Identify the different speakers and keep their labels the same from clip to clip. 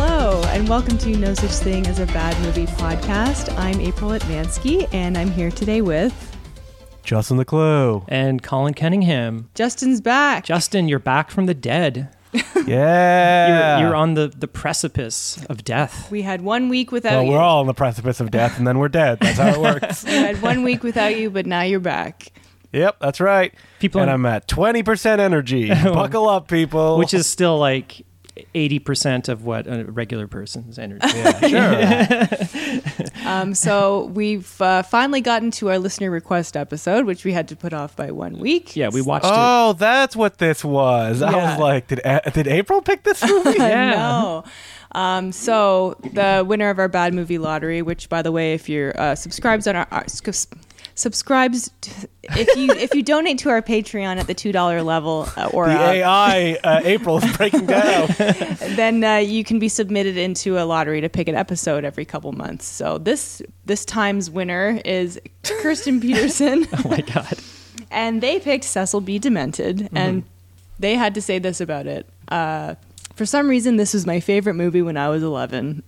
Speaker 1: and welcome to No Such Thing as a Bad Movie podcast. I'm April Atmansky, and I'm here today with
Speaker 2: Justin the Clue.
Speaker 3: and Colin Kenningham.
Speaker 1: Justin's back.
Speaker 3: Justin, you're back from the dead.
Speaker 2: Yeah.
Speaker 3: You're, you're on the, the precipice of death.
Speaker 1: we had one week without
Speaker 2: Well,
Speaker 1: you.
Speaker 2: we're all on the precipice of death, and then we're dead. That's how it works.
Speaker 1: we had one week without you, but now you're back.
Speaker 2: yep, that's right.
Speaker 3: People
Speaker 2: and
Speaker 3: in-
Speaker 2: I'm at 20% energy. Buckle up, people.
Speaker 3: Which is still like 80% of what a regular person's energy.
Speaker 2: yeah, sure.
Speaker 1: Um, so we've uh, finally gotten to our listener request episode, which we had to put off by one week.
Speaker 3: Yeah, we watched it.
Speaker 2: oh, that's what this was. I
Speaker 1: Yeah.
Speaker 2: was like, did A- did April pick this movie?
Speaker 3: Yeah.
Speaker 1: No. Um, so the winner of our bad movie lottery, which by the way, if you're uh, subscribes on our, our subs- subscribes, t- if you if you donate to our Patreon at the two dollar level uh, or
Speaker 2: the
Speaker 1: up,
Speaker 2: AI uh, April is breaking down.
Speaker 1: then uh, you can be submitted into a lottery to pick an episode every couple months. So this this time's winner is Kirsten Peterson,
Speaker 3: Oh my God.
Speaker 1: and they picked Cecil B. Demented, and they had to say this about it. Uh, for some reason, this was my favorite movie when I was 11.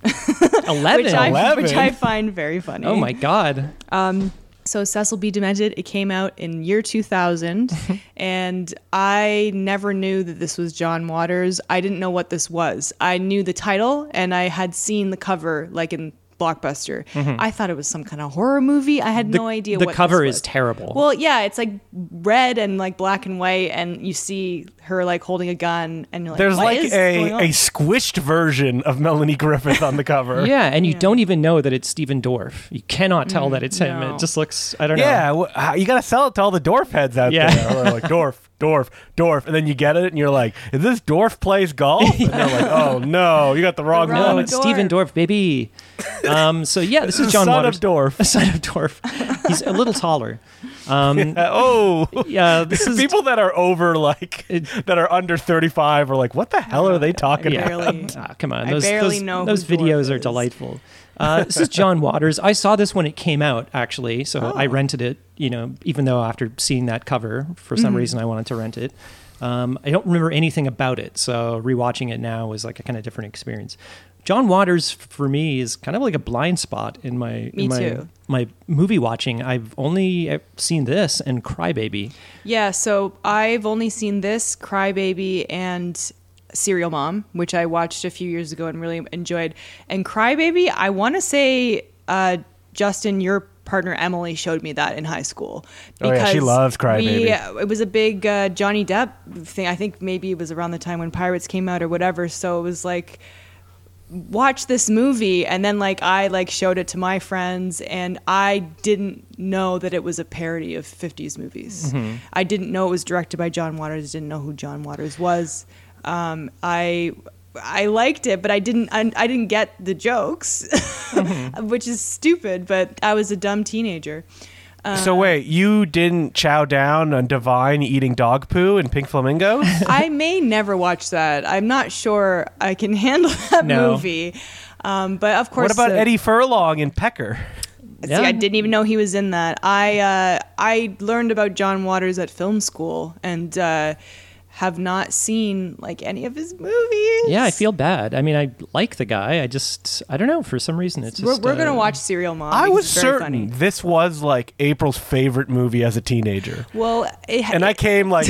Speaker 3: 11.
Speaker 1: which I
Speaker 2: 11?
Speaker 1: which I find very funny.
Speaker 3: oh my God.
Speaker 1: Um, so Cecil B. Demented. It came out in year 2000, and I never knew that this was John Waters. I didn't know what this was. I knew the title, and I had seen the cover, like in Blockbuster. I thought it was some kind of horror movie. I had
Speaker 3: Mm-hmm. The-
Speaker 1: no idea.
Speaker 3: the
Speaker 1: what
Speaker 3: cover
Speaker 1: this was.
Speaker 3: is terrible.
Speaker 1: Well, yeah, it's like red and like black and white, and you see her like holding a gun, and you're like,
Speaker 2: There's
Speaker 1: "What
Speaker 2: like
Speaker 1: is
Speaker 2: a,
Speaker 1: going on?"
Speaker 2: a squished version of Melanie Griffith on the cover.
Speaker 3: Yeah, Mm, and you don't even know that it's Stephen Dorff. You cannot tell that it's him.
Speaker 1: no.
Speaker 3: It just looks, I don't
Speaker 2: Yeah,
Speaker 3: know.
Speaker 2: wh- how- you gotta sell it to all the dwarf heads out
Speaker 3: Yeah.
Speaker 2: there. Who are like dwarf, dwarf, dwarf, and then you get it, and you're like, "Is this dwarf plays golf?" And they're like, "Oh no, you got the wrong,
Speaker 1: The wrong-
Speaker 2: one."
Speaker 3: No, it's Stephen Dorff, baby. Um, so yeah, this is John
Speaker 2: Son
Speaker 3: Waters.
Speaker 2: of dwarf.
Speaker 3: A son of dwarf. He's a little taller. Um,
Speaker 2: Uh, oh,
Speaker 3: yeah, this is
Speaker 2: people that are over like
Speaker 3: It-
Speaker 2: that are under 35 are like, "What the hell are they talking
Speaker 1: Yeah.
Speaker 2: about?"
Speaker 1: barely-
Speaker 3: Ah, come on.
Speaker 1: I
Speaker 3: Those,
Speaker 1: barely
Speaker 3: those,
Speaker 1: know
Speaker 3: those
Speaker 1: who Dwarf
Speaker 3: videos are
Speaker 1: is.
Speaker 3: delightful. Uh, this is John Waters. I saw this when it came out, actually. So
Speaker 1: Oh.
Speaker 3: I rented it, you know, even though after seeing that cover, for
Speaker 1: Mm-hmm.
Speaker 3: some reason I wanted to rent it. Um, I don't remember anything about it. So rewatching it now was like a kind of different experience. John Waters for me is kind of like a blind spot in my
Speaker 1: Me
Speaker 3: in my,
Speaker 1: too.
Speaker 3: my movie watching. I've only uh, seen this and Crybaby.
Speaker 1: Yeah, so I've only seen this Crybaby and Serial Mom, which I watched a few years ago and really enjoyed. And Crybaby, I want to say, uh, Justin, your partner Emily showed me that in high school.
Speaker 2: Oh, yeah, she loves Cry
Speaker 1: we-
Speaker 2: Baby.
Speaker 1: it was a big uh, Johnny Depp thing. I think maybe it was around the time when Pirates came out or whatever. So it was like watch this movie and then like i like showed it to my friends and i didn't know that it was a parody of 50s movies
Speaker 2: Mm-hmm.
Speaker 1: i didn't know it was directed by john waters didn't know who john waters was um, i i liked it but i didn't i, I didn't get the jokes
Speaker 2: Mm-hmm.
Speaker 1: which is stupid but i was a dumb teenager Um,
Speaker 2: so
Speaker 1: Uh,
Speaker 2: wait, you didn't chow down on Divine eating dog poo and pink flamingos?
Speaker 1: I may never watch that. I'm not sure I can handle that
Speaker 3: No.
Speaker 1: movie. Um, but of course,
Speaker 2: what about
Speaker 1: uh,
Speaker 2: Eddie Furlong and Pecker?
Speaker 1: See,
Speaker 3: Yeah.
Speaker 1: I didn't even know he was in that. I uh, I learned about John Waters at film school and uh, have not seen like any of his movies.
Speaker 3: Yeah, I feel bad. I mean, I like the guy. I just, I don't know. For some reason, it's
Speaker 1: We're,
Speaker 3: just.
Speaker 1: we're gonna
Speaker 3: uh,
Speaker 1: watch Serial Mom.
Speaker 2: I
Speaker 1: because
Speaker 2: was
Speaker 1: it's very
Speaker 2: certain
Speaker 1: funny.
Speaker 2: this was like April's favorite movie as a teenager.
Speaker 1: Well, it,
Speaker 2: and I came like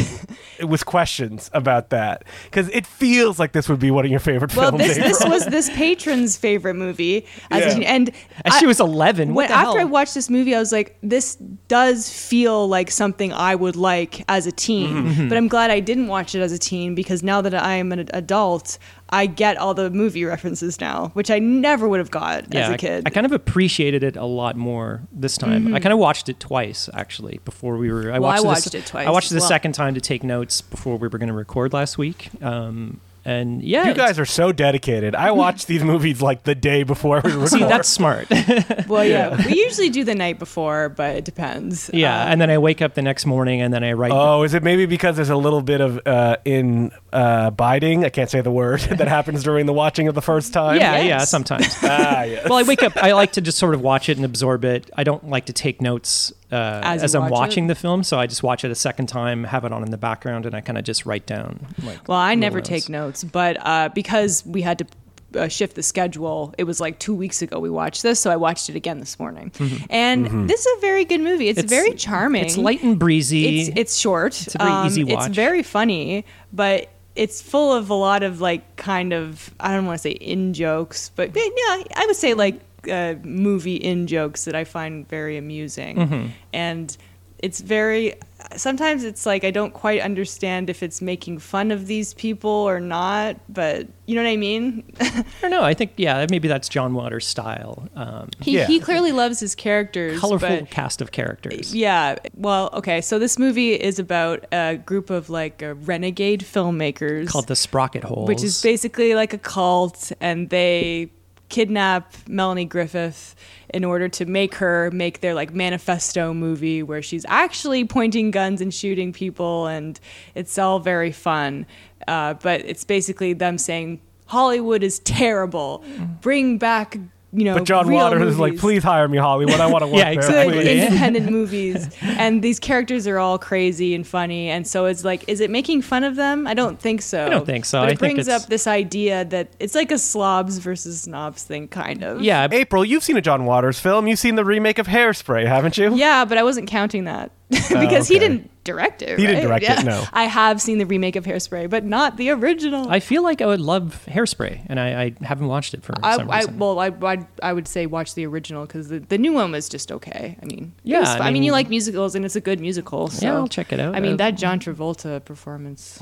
Speaker 2: with questions about that because it feels like this would be one of your favorite
Speaker 1: well,
Speaker 2: films.
Speaker 1: this this
Speaker 2: April.
Speaker 1: was this patron's favorite movie, as
Speaker 2: Yeah.
Speaker 1: a teen- and
Speaker 3: And
Speaker 1: I-
Speaker 3: she was 11. What
Speaker 1: when,
Speaker 3: the
Speaker 1: after
Speaker 3: hell?
Speaker 1: I watched this movie, I was like, this does feel like something I would like as a teen.
Speaker 3: Mm-hmm.
Speaker 1: But I'm glad I didn't watch it as a teen because now that I am an adult, I get all the movie references now, which I never would have got as
Speaker 3: I-
Speaker 1: a kid. Mm-hmm.
Speaker 3: I, kind of appreciated it a lot more this time. I kind of watched it twice actually before we were. I
Speaker 1: Well, I
Speaker 3: watched,
Speaker 1: watched
Speaker 3: this,
Speaker 1: it twice
Speaker 3: I watched
Speaker 1: as
Speaker 3: it the
Speaker 1: well.
Speaker 3: second time to take notes before we were going to record last week. Um, and yeah,
Speaker 2: you
Speaker 3: it's-
Speaker 2: guys are so dedicated. I watched these movies like the day before we recorded.
Speaker 3: See, that's smart.
Speaker 1: well, yeah. we usually do the night before, but it depends.
Speaker 3: yeah,
Speaker 1: Uh,
Speaker 3: and then I wake up the next morning and then I write.
Speaker 2: Oh, is it maybe because there's a little bit of uh, in uh, biding? I can't say the word that happens during the watching of the first time.
Speaker 3: yeah, yeah,
Speaker 1: yes.
Speaker 3: sometimes.
Speaker 2: Ah, yes.
Speaker 3: well, I wake up. I like to just sort of watch it and absorb it. I don't like to take notes uh,
Speaker 1: As
Speaker 3: as,
Speaker 1: you
Speaker 3: I'm
Speaker 1: watch
Speaker 3: watching
Speaker 1: it?
Speaker 3: the film, so I just watch it a second time, have it on in the background, and I kind of just write down. Like,
Speaker 1: Well, I
Speaker 3: little
Speaker 1: never take notes, but uh, because we had to uh, shift the schedule. It was like two weeks ago we watched this, so I watched it again this morning. And this is a very good movie. It's,
Speaker 3: Mm-hmm. It's-
Speaker 1: very charming.
Speaker 3: It's light and breezy.
Speaker 1: It's it's short. Um,
Speaker 3: It's a very easy watch.
Speaker 1: It's very funny, but it's full of a lot of like kind of I don't want to say in jokes, but yeah, I would say like uh, movie in jokes that I find very amusing,
Speaker 3: Mm-hmm.
Speaker 1: and it's very. Sometimes it's like I don't quite understand if it's making fun of these people or not, but you know what I mean.
Speaker 3: I don't know. I think yeah, maybe that's John Waters' style. Um,
Speaker 1: he
Speaker 2: Yeah.
Speaker 1: he clearly loves his characters.
Speaker 3: colorful
Speaker 1: but-
Speaker 3: cast of characters.
Speaker 1: Yeah. Well, okay. So this movie is about a group of like uh, renegade filmmakers
Speaker 3: Called the Sprocket Holes,
Speaker 1: which is basically like a cult, and they kidnap Melanie Griffith in order to make her make their like manifesto movie where she's actually pointing guns and shooting people, and it's all very fun. Uh, but it's basically them saying Hollywood is terrible. Bring back you know.
Speaker 2: Mm. But John
Speaker 1: real
Speaker 2: Waters is like,
Speaker 1: movies."
Speaker 2: please hire me, Hollywood. I want to work
Speaker 3: Yeah,
Speaker 2: there.
Speaker 3: exactly.
Speaker 1: good
Speaker 2: please."
Speaker 1: independent movies and these characters are all crazy and funny and so it's like is it making fun of them i don't think so i
Speaker 3: don't think so.
Speaker 1: but
Speaker 3: I
Speaker 1: it
Speaker 3: think
Speaker 1: brings
Speaker 3: it's-
Speaker 1: up this idea that it's like a slobs versus snobs thing kind of
Speaker 3: yeah,
Speaker 2: April, you've seen a John Waters film. You've seen the remake of Hairspray, haven't you?
Speaker 1: yeah but i wasn't counting that because
Speaker 3: Oh,
Speaker 1: he
Speaker 2: okay.
Speaker 1: didn't direct it
Speaker 2: He didn't
Speaker 1: right?
Speaker 2: direct it, no.
Speaker 1: i have seen the remake of hairspray but not the original
Speaker 3: I feel like I would love Hairspray, and I, I haven't watched it for
Speaker 1: I,
Speaker 3: some
Speaker 1: I-
Speaker 3: reason.
Speaker 1: well, I, I, I would say watch the original because the, the new one was just okay. I mean, it
Speaker 3: Yeah,
Speaker 1: was
Speaker 3: I
Speaker 1: fi- I, mean, you
Speaker 3: mean-
Speaker 1: like musicals and it's a good musical. So.
Speaker 3: Yeah, I'll check it out.
Speaker 1: I mean,
Speaker 3: Uh,
Speaker 1: that John Travolta performance.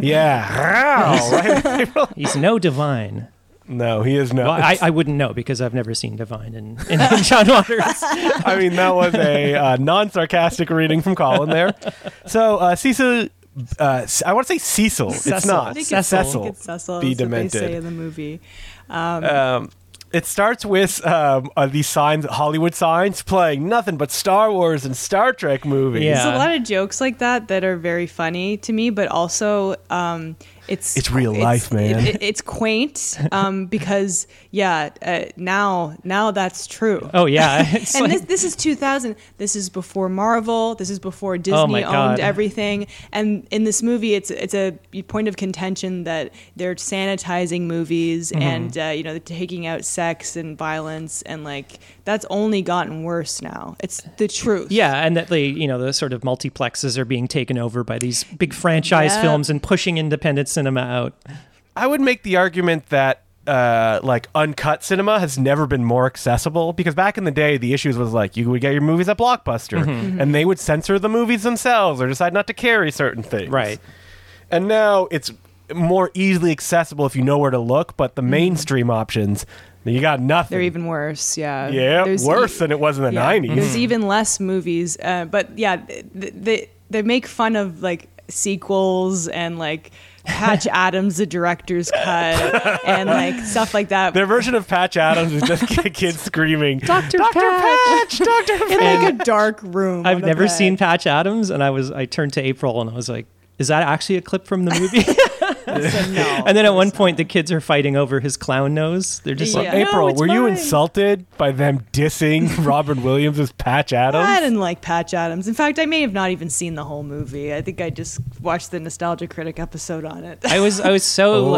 Speaker 2: Yeah. Wow, right? April?
Speaker 3: Uh, He's no divine.
Speaker 2: No, he is not.
Speaker 3: Well, I, I wouldn't know because I've never seen Divine in, in, in John Waters.
Speaker 2: I mean, that was a uh, non-sarcastic reading from Colin there. So uh, Cecil, uh, C- I want to say Cecil. It's
Speaker 3: Cecil.
Speaker 1: I
Speaker 2: not
Speaker 1: think
Speaker 2: Cecil.
Speaker 1: it's, I
Speaker 2: Cecil.
Speaker 1: think it's Cecil.
Speaker 2: Be
Speaker 1: That's what they say
Speaker 2: demented.
Speaker 1: in the movie.
Speaker 2: Um, it starts with um, uh, these signs, Hollywood signs, playing nothing but Star Wars and Star Trek movies.
Speaker 3: Yeah.
Speaker 1: There's a lot of jokes like that that are very funny to me, but also um, it's
Speaker 2: It's real life, man.
Speaker 1: it- it- it's quaint um, because yeah, uh, now now that's true.
Speaker 3: Oh yeah, it's
Speaker 1: and
Speaker 3: like,
Speaker 1: this this is 2000. This is before Marvel. This is before
Speaker 3: Oh my
Speaker 1: Disney
Speaker 3: God.
Speaker 1: owned everything. And in this movie, it's it's a point of contention that they're sanitizing movies
Speaker 3: Mm-hmm.
Speaker 1: and uh, you know they're taking out sex and violence and like that's only gotten worse now. It's the truth.
Speaker 3: yeah, and that they you know the sort of multiplexes are being taken over by these big franchise
Speaker 1: Yeah.
Speaker 3: films and pushing independent cinema out.
Speaker 2: I would make the argument that uh, like uncut cinema has never been more accessible because back in the day the issues was like you would get your movies at Blockbuster and they would censor the movies themselves or decide not to carry certain things.
Speaker 3: Right.
Speaker 2: And now it's more easily accessible if you know where to look, but the mainstream options you got nothing.
Speaker 1: Mm-hmm. They're even worse. Yeah.
Speaker 2: yeah,
Speaker 1: There's
Speaker 2: worse
Speaker 1: e-
Speaker 2: than it was in the
Speaker 1: yeah, Mm-hmm.
Speaker 2: 90s.
Speaker 1: There's
Speaker 3: Mm-hmm.
Speaker 1: even less movies. Uh, but yeah, th- th- they, they make fun of like sequels and like Patch Adams, the director's cut, and like stuff like that.
Speaker 2: Their version of Patch Adams is just kids screaming,
Speaker 1: Dr.
Speaker 2: Dr. Patch, Dr. Patch.
Speaker 1: in like a dark room.
Speaker 3: I've
Speaker 1: on a
Speaker 3: never
Speaker 1: bed.
Speaker 3: seen Patch Adams, and I was I turned to April and I was like, "Is that actually a clip from the movie?"
Speaker 1: Oh, I said no.
Speaker 3: and then at one point, the kids are fighting over his clown nose. They're just
Speaker 1: Yeah.
Speaker 3: like,
Speaker 1: No,
Speaker 2: April,
Speaker 1: it's
Speaker 2: were you
Speaker 1: mine.
Speaker 2: insulted by them dissing Robin Williams as Patch Adams?
Speaker 1: I didn't like Patch Adams. In fact, I may have not even seen the whole movie. I think I just watched the Nostalgia Critic episode on it.
Speaker 3: I was I was so
Speaker 2: Oh.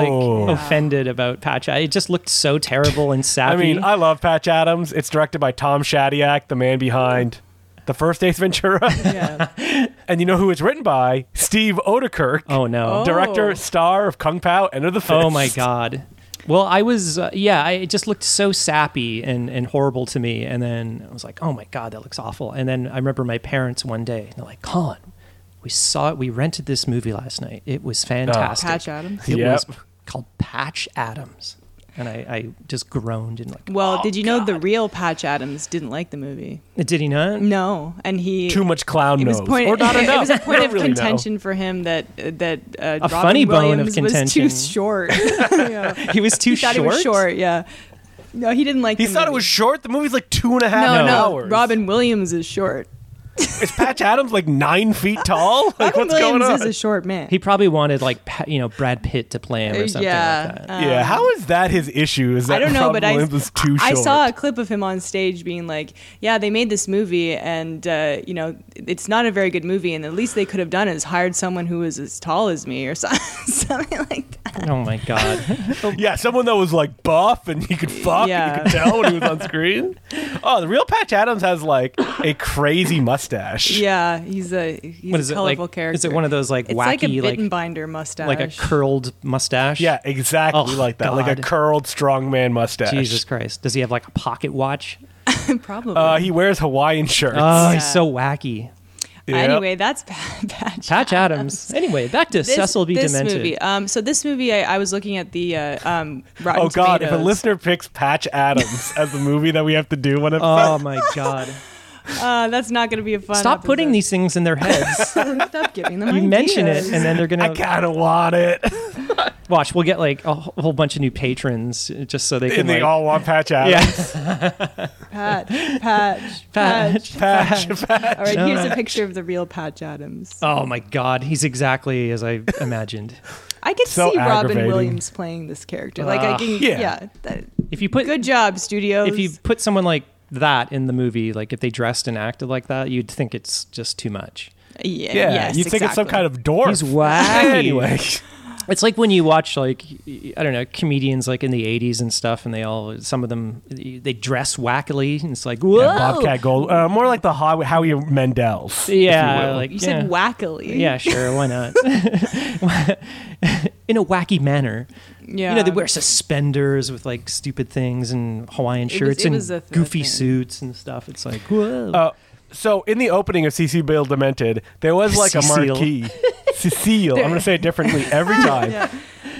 Speaker 3: like offended about Patch. Ad- It just looked so terrible and
Speaker 2: I
Speaker 3: sappy.
Speaker 2: mean, I love Patch Adams. It's directed by Tom Shadyac, the man behind the first Ace Ventura.
Speaker 1: yeah.
Speaker 2: and you know who it's written by? Steve Odekirk,
Speaker 3: oh no.
Speaker 1: Oh.
Speaker 2: director, star of Kung Pao, Enter the Fist.
Speaker 3: Oh my god. Well, I was uh, yeah, I, it just looked so sappy and and horrible to me and then I was like, "Oh my god, that looks awful." And then I remember my parents one day, they're like, "Colin, we saw it. We rented this movie last night. It was fantastic."
Speaker 1: Patch Adams.
Speaker 3: It
Speaker 2: Ah. Yep.
Speaker 3: was called Patch Adams. And I, I just groaned and like,
Speaker 1: Well, did you know the real Patch Adams didn't like the movie?
Speaker 3: "Oh." "Did he not?"
Speaker 1: No, and he
Speaker 2: Too much clown
Speaker 1: It
Speaker 2: nose.
Speaker 1: was, point,
Speaker 2: or not
Speaker 1: it,
Speaker 2: enough.
Speaker 1: was a point
Speaker 2: You
Speaker 1: of
Speaker 2: don't really know.
Speaker 1: contention for him that uh, that uh, Robin
Speaker 3: funny bone
Speaker 1: Williams
Speaker 3: of
Speaker 1: was too
Speaker 3: contention.
Speaker 1: short. Yeah.
Speaker 3: He was too
Speaker 1: he
Speaker 3: short.
Speaker 1: thought he was short. Yeah, no, he didn't like.
Speaker 2: He
Speaker 1: the
Speaker 2: thought it
Speaker 1: movie.
Speaker 2: was short. The movie's like two and a
Speaker 1: no,
Speaker 2: half
Speaker 1: no,
Speaker 2: hours.
Speaker 1: Robin Williams is short.
Speaker 2: Is Patch Adams like nine feet tall? Like,
Speaker 1: Robin
Speaker 2: what's
Speaker 1: Williams
Speaker 2: going on?
Speaker 1: is a short man.
Speaker 3: He probably wanted like Pa- you know Brad Pitt to play him or something
Speaker 1: yeah.
Speaker 3: like that.
Speaker 1: uh,
Speaker 2: yeah, how is that his issue? Is that
Speaker 1: I don't know,
Speaker 2: Robin
Speaker 1: but I,
Speaker 2: Williams is too
Speaker 1: I
Speaker 2: short?
Speaker 1: saw a clip of him on stage being like, "Yeah, they made this movie, and uh, you know, it's not a very good movie, and the least they could have done is hired someone who was as tall as me or so- something like that."
Speaker 3: oh my god.
Speaker 2: Yeah, someone that was like buff and he could fuck
Speaker 1: Yeah.
Speaker 2: and you could tell when he was on screen. Oh, the real Patch Adams has like a crazy mustache.
Speaker 1: Yeah, he's a he's
Speaker 3: What is
Speaker 1: a
Speaker 3: it like?
Speaker 1: colorful character.
Speaker 3: Is it one of those like
Speaker 1: It's like a
Speaker 3: wacky like
Speaker 1: bitten binder mustache,
Speaker 3: like a curled mustache?
Speaker 2: Yeah, exactly
Speaker 3: Oh,
Speaker 2: like that. Like a
Speaker 3: God.
Speaker 2: curled strongman mustache.
Speaker 3: Jesus Christ. Does he have like a pocket watch?
Speaker 1: probably.
Speaker 2: Uh, he wears Hawaiian shirts.
Speaker 3: Oh, he's
Speaker 1: Yeah.
Speaker 3: so wacky.
Speaker 2: Yeah.
Speaker 1: Anyway, that's Pat- Patch.
Speaker 3: Patch Adams. Anyway, back to Cecil B.
Speaker 1: this
Speaker 3: Demented.
Speaker 1: movie. Um, so this movie, I, I was looking at the uh, um, Rotten
Speaker 2: Oh God! If a
Speaker 1: Tomatoes.
Speaker 2: listener picks Patch Adams as the movie that we have to do one of
Speaker 3: Oh my god.
Speaker 1: uh, that's not going to be a fun.
Speaker 3: Stop putting
Speaker 1: episode.
Speaker 3: these things in their heads.
Speaker 1: Stop giving them.
Speaker 3: you mention it
Speaker 1: ideas.
Speaker 3: and then they're
Speaker 2: I
Speaker 3: going to
Speaker 2: kind of want it,
Speaker 3: watch. We'll get like a wh- whole bunch of new patrons uh, just so they can
Speaker 2: and they
Speaker 3: like,
Speaker 2: all want Patch Adams.
Speaker 3: Yeah.
Speaker 1: Patch, patch,
Speaker 3: Patch.
Speaker 1: patch.
Speaker 2: Patch, Patch.
Speaker 1: All right, here's a picture of the real Patch Adams.
Speaker 3: Oh my god, he's exactly as I imagined.
Speaker 1: I could
Speaker 2: so
Speaker 1: see Robin
Speaker 2: aggravating.
Speaker 1: Williams playing this character. Like I
Speaker 3: Ah.
Speaker 1: can,
Speaker 2: Yeah.
Speaker 1: yeah. that-
Speaker 3: If you put
Speaker 1: good job, studios.
Speaker 3: if you put someone like that in the movie, like if they dressed and acted like that, you'd think it's just too much.
Speaker 1: yeah,
Speaker 2: Yeah,
Speaker 1: yes,
Speaker 2: you think it's some
Speaker 1: exactly.
Speaker 2: kind of dwarf.
Speaker 3: He's wacky.
Speaker 2: anyway.
Speaker 3: It's like when you watch like I don't know comedians like in the '80s and stuff, and they all some of them they dress wackily, and it's like whoa,
Speaker 2: Yeah, Bobcat Gold, uh, more like the How- Howie Mendels. if you
Speaker 3: yeah,
Speaker 2: will.
Speaker 3: like
Speaker 1: You
Speaker 3: yeah.
Speaker 1: said wackily.
Speaker 3: Yeah, sure. Why not? In a wacky manner.
Speaker 1: yeah.
Speaker 3: You know, they wear suspenders with like stupid things and Hawaiian
Speaker 1: was-
Speaker 3: shirts
Speaker 1: it was a
Speaker 3: and
Speaker 1: th-
Speaker 3: goofy
Speaker 1: thing.
Speaker 3: suits and stuff. It's like, whoa.
Speaker 2: Uh, so in the opening of CC Bill Demented, there was like a
Speaker 3: Cecile.
Speaker 2: marquee. Cecile. I'm going to say it differently every time.
Speaker 1: Yeah.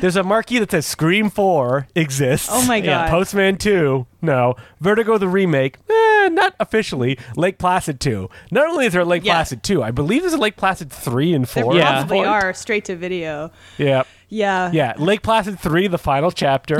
Speaker 2: There's a marquee that says Scream 4 exists.
Speaker 1: Oh my
Speaker 3: Yeah,
Speaker 1: god.
Speaker 2: Postman 2, no. Vertigo the remake, eh, not officially. Lake Placid 2. Not only is there a Lake
Speaker 1: Yeah.
Speaker 2: Placid 2, I believe there's a Lake Placid 3 and 4.
Speaker 1: there
Speaker 3: Yeah.
Speaker 1: probably
Speaker 2: Yeah.
Speaker 1: are straight to video.
Speaker 2: Yeah.
Speaker 1: Yeah.
Speaker 2: Yeah. Lake Placid 3, the final chapter.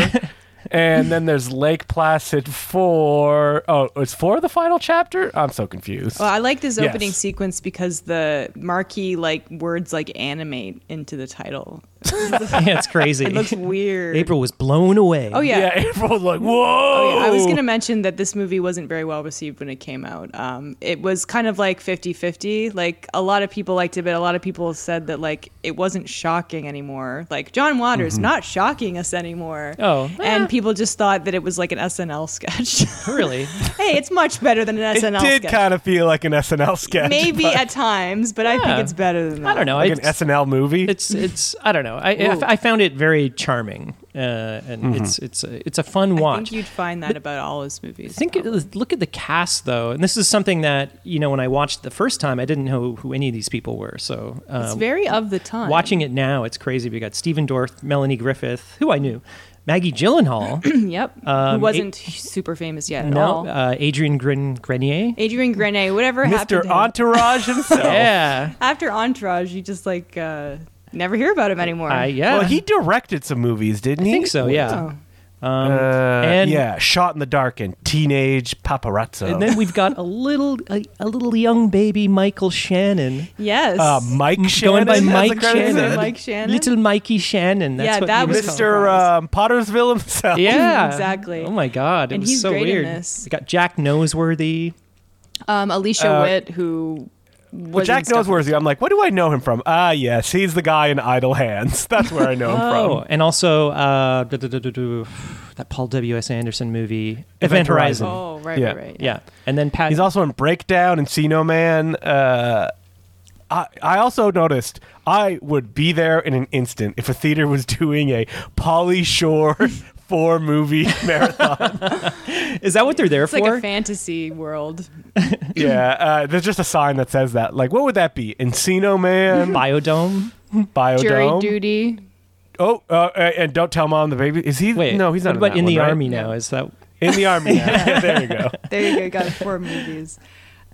Speaker 2: and then there's Lake Placid 4. Oh, it's 4 the final chapter? I'm so confused.
Speaker 1: Well, I like this
Speaker 2: Yes.
Speaker 1: opening sequence because the marquee like words like animate into the title.
Speaker 3: yeah, it's crazy.
Speaker 1: It looks weird.
Speaker 3: April was blown away.
Speaker 1: Oh yeah. Oh,
Speaker 2: yeah. April was like, whoa.
Speaker 1: I was
Speaker 3: Oh.
Speaker 1: going to mention that this movie wasn't very well received when it came out. Um, it was kind of like 50 50. Like, a lot of people liked it, but a lot of people said that, like, it wasn't shocking anymore. Like, John Waters not shocking us anymore.
Speaker 3: Mm-hmm. Oh.
Speaker 1: And people just thought that it was like an SNL sketch.
Speaker 3: Really?
Speaker 1: hey, it's much better than an
Speaker 2: It
Speaker 1: SNL
Speaker 2: did
Speaker 1: sketch.
Speaker 2: kind of feel like an SNL sketch.
Speaker 1: Maybe at times, but I think
Speaker 3: Yeah.
Speaker 1: it's better than that.
Speaker 3: I don't know.
Speaker 2: like an
Speaker 3: it's,
Speaker 2: SNL movie.
Speaker 3: it's it's I don't know. I I, I found it very charming, uh, and it's it's a, it's a fun
Speaker 1: Mm-hmm. I
Speaker 3: watch.
Speaker 1: think you'd find that about all his movies.
Speaker 3: think it was- look at the cast though and this is something that you know when i watched it the first time i didn't know who any of these people were so um,
Speaker 1: it's very of the time.
Speaker 3: watching it now it's crazy we got stephen dorff melanie griffith who i knew maggie gyllenhaal
Speaker 1: Yep. Who
Speaker 3: Um,
Speaker 1: wasn't super famous yet at
Speaker 3: no
Speaker 1: all.
Speaker 3: uh, adrian Gren- grenier
Speaker 1: Adrian Grenier, whatever happened
Speaker 2: Mr.
Speaker 1: to him.
Speaker 2: Hmm. Entourage himself.
Speaker 3: yeah
Speaker 1: after Entourage, you just like uh, never hear about him anymore.
Speaker 3: I Uh, yeah
Speaker 2: Well, he directed some movies, didn't
Speaker 3: i
Speaker 2: he?
Speaker 3: think so yeah
Speaker 1: Oh.
Speaker 3: um,
Speaker 2: Uh,
Speaker 3: and
Speaker 2: yeah, Shot in the Dark and Teenage Paparazzo.
Speaker 3: and then we've got a little a, a little young baby michael shannon
Speaker 1: Yes.
Speaker 2: uh, Mike Shannon.
Speaker 3: going by
Speaker 2: as the
Speaker 3: mike
Speaker 2: credits
Speaker 3: shannon.
Speaker 2: end.
Speaker 1: Mike Shannon?
Speaker 3: little mikey shannon that's
Speaker 1: Yeah,
Speaker 3: what
Speaker 1: that
Speaker 3: he was
Speaker 1: was
Speaker 3: called.
Speaker 2: Mr. Um, Pottersville himself.
Speaker 3: Yeah,
Speaker 1: Exactly.
Speaker 3: Oh my god, it
Speaker 1: And
Speaker 3: was
Speaker 1: he's
Speaker 3: so
Speaker 1: great in
Speaker 3: weird.
Speaker 1: this.
Speaker 3: We got Jack Noseworthy.
Speaker 1: um, Alicia
Speaker 2: uh,
Speaker 1: Witt, who was
Speaker 2: Well, Jack
Speaker 1: in stuff-
Speaker 2: Noseworthy. I'm like, what do I know him from? Ah, yes, he's the guy in Idle Hands. That's where I know him
Speaker 3: Oh,
Speaker 2: from.
Speaker 3: and also uh, duh, duh, duh, duh, duh, that Paul W. S. Anderson movie,
Speaker 2: Event
Speaker 3: Event
Speaker 2: Horizon.
Speaker 3: Horizon.
Speaker 1: Oh right,
Speaker 2: Yeah.
Speaker 1: right, right.
Speaker 3: Yeah, and then Pat.
Speaker 2: He's also in Breakdown and Sino Man. Uh, I, I also noticed I would be there in an instant if a theater was doing a Polly Shore four movie marathon.
Speaker 3: is that what they're there
Speaker 1: It's
Speaker 3: for?
Speaker 1: like a fantasy world.
Speaker 2: yeah, uh, there's just a sign that says that. Like, what would that be? Encino Man,
Speaker 3: Biodome.
Speaker 1: Jury
Speaker 2: Biodome.
Speaker 1: duty.
Speaker 2: Oh, uh, uh, and don't tell mom the baby. Is he?
Speaker 3: Wait,
Speaker 2: no, he's not.
Speaker 3: What about
Speaker 2: in, that one,
Speaker 3: in the
Speaker 2: right?
Speaker 3: army now? Is that
Speaker 2: In the army. now. yeah. there you go.
Speaker 1: There you go. Got four movies.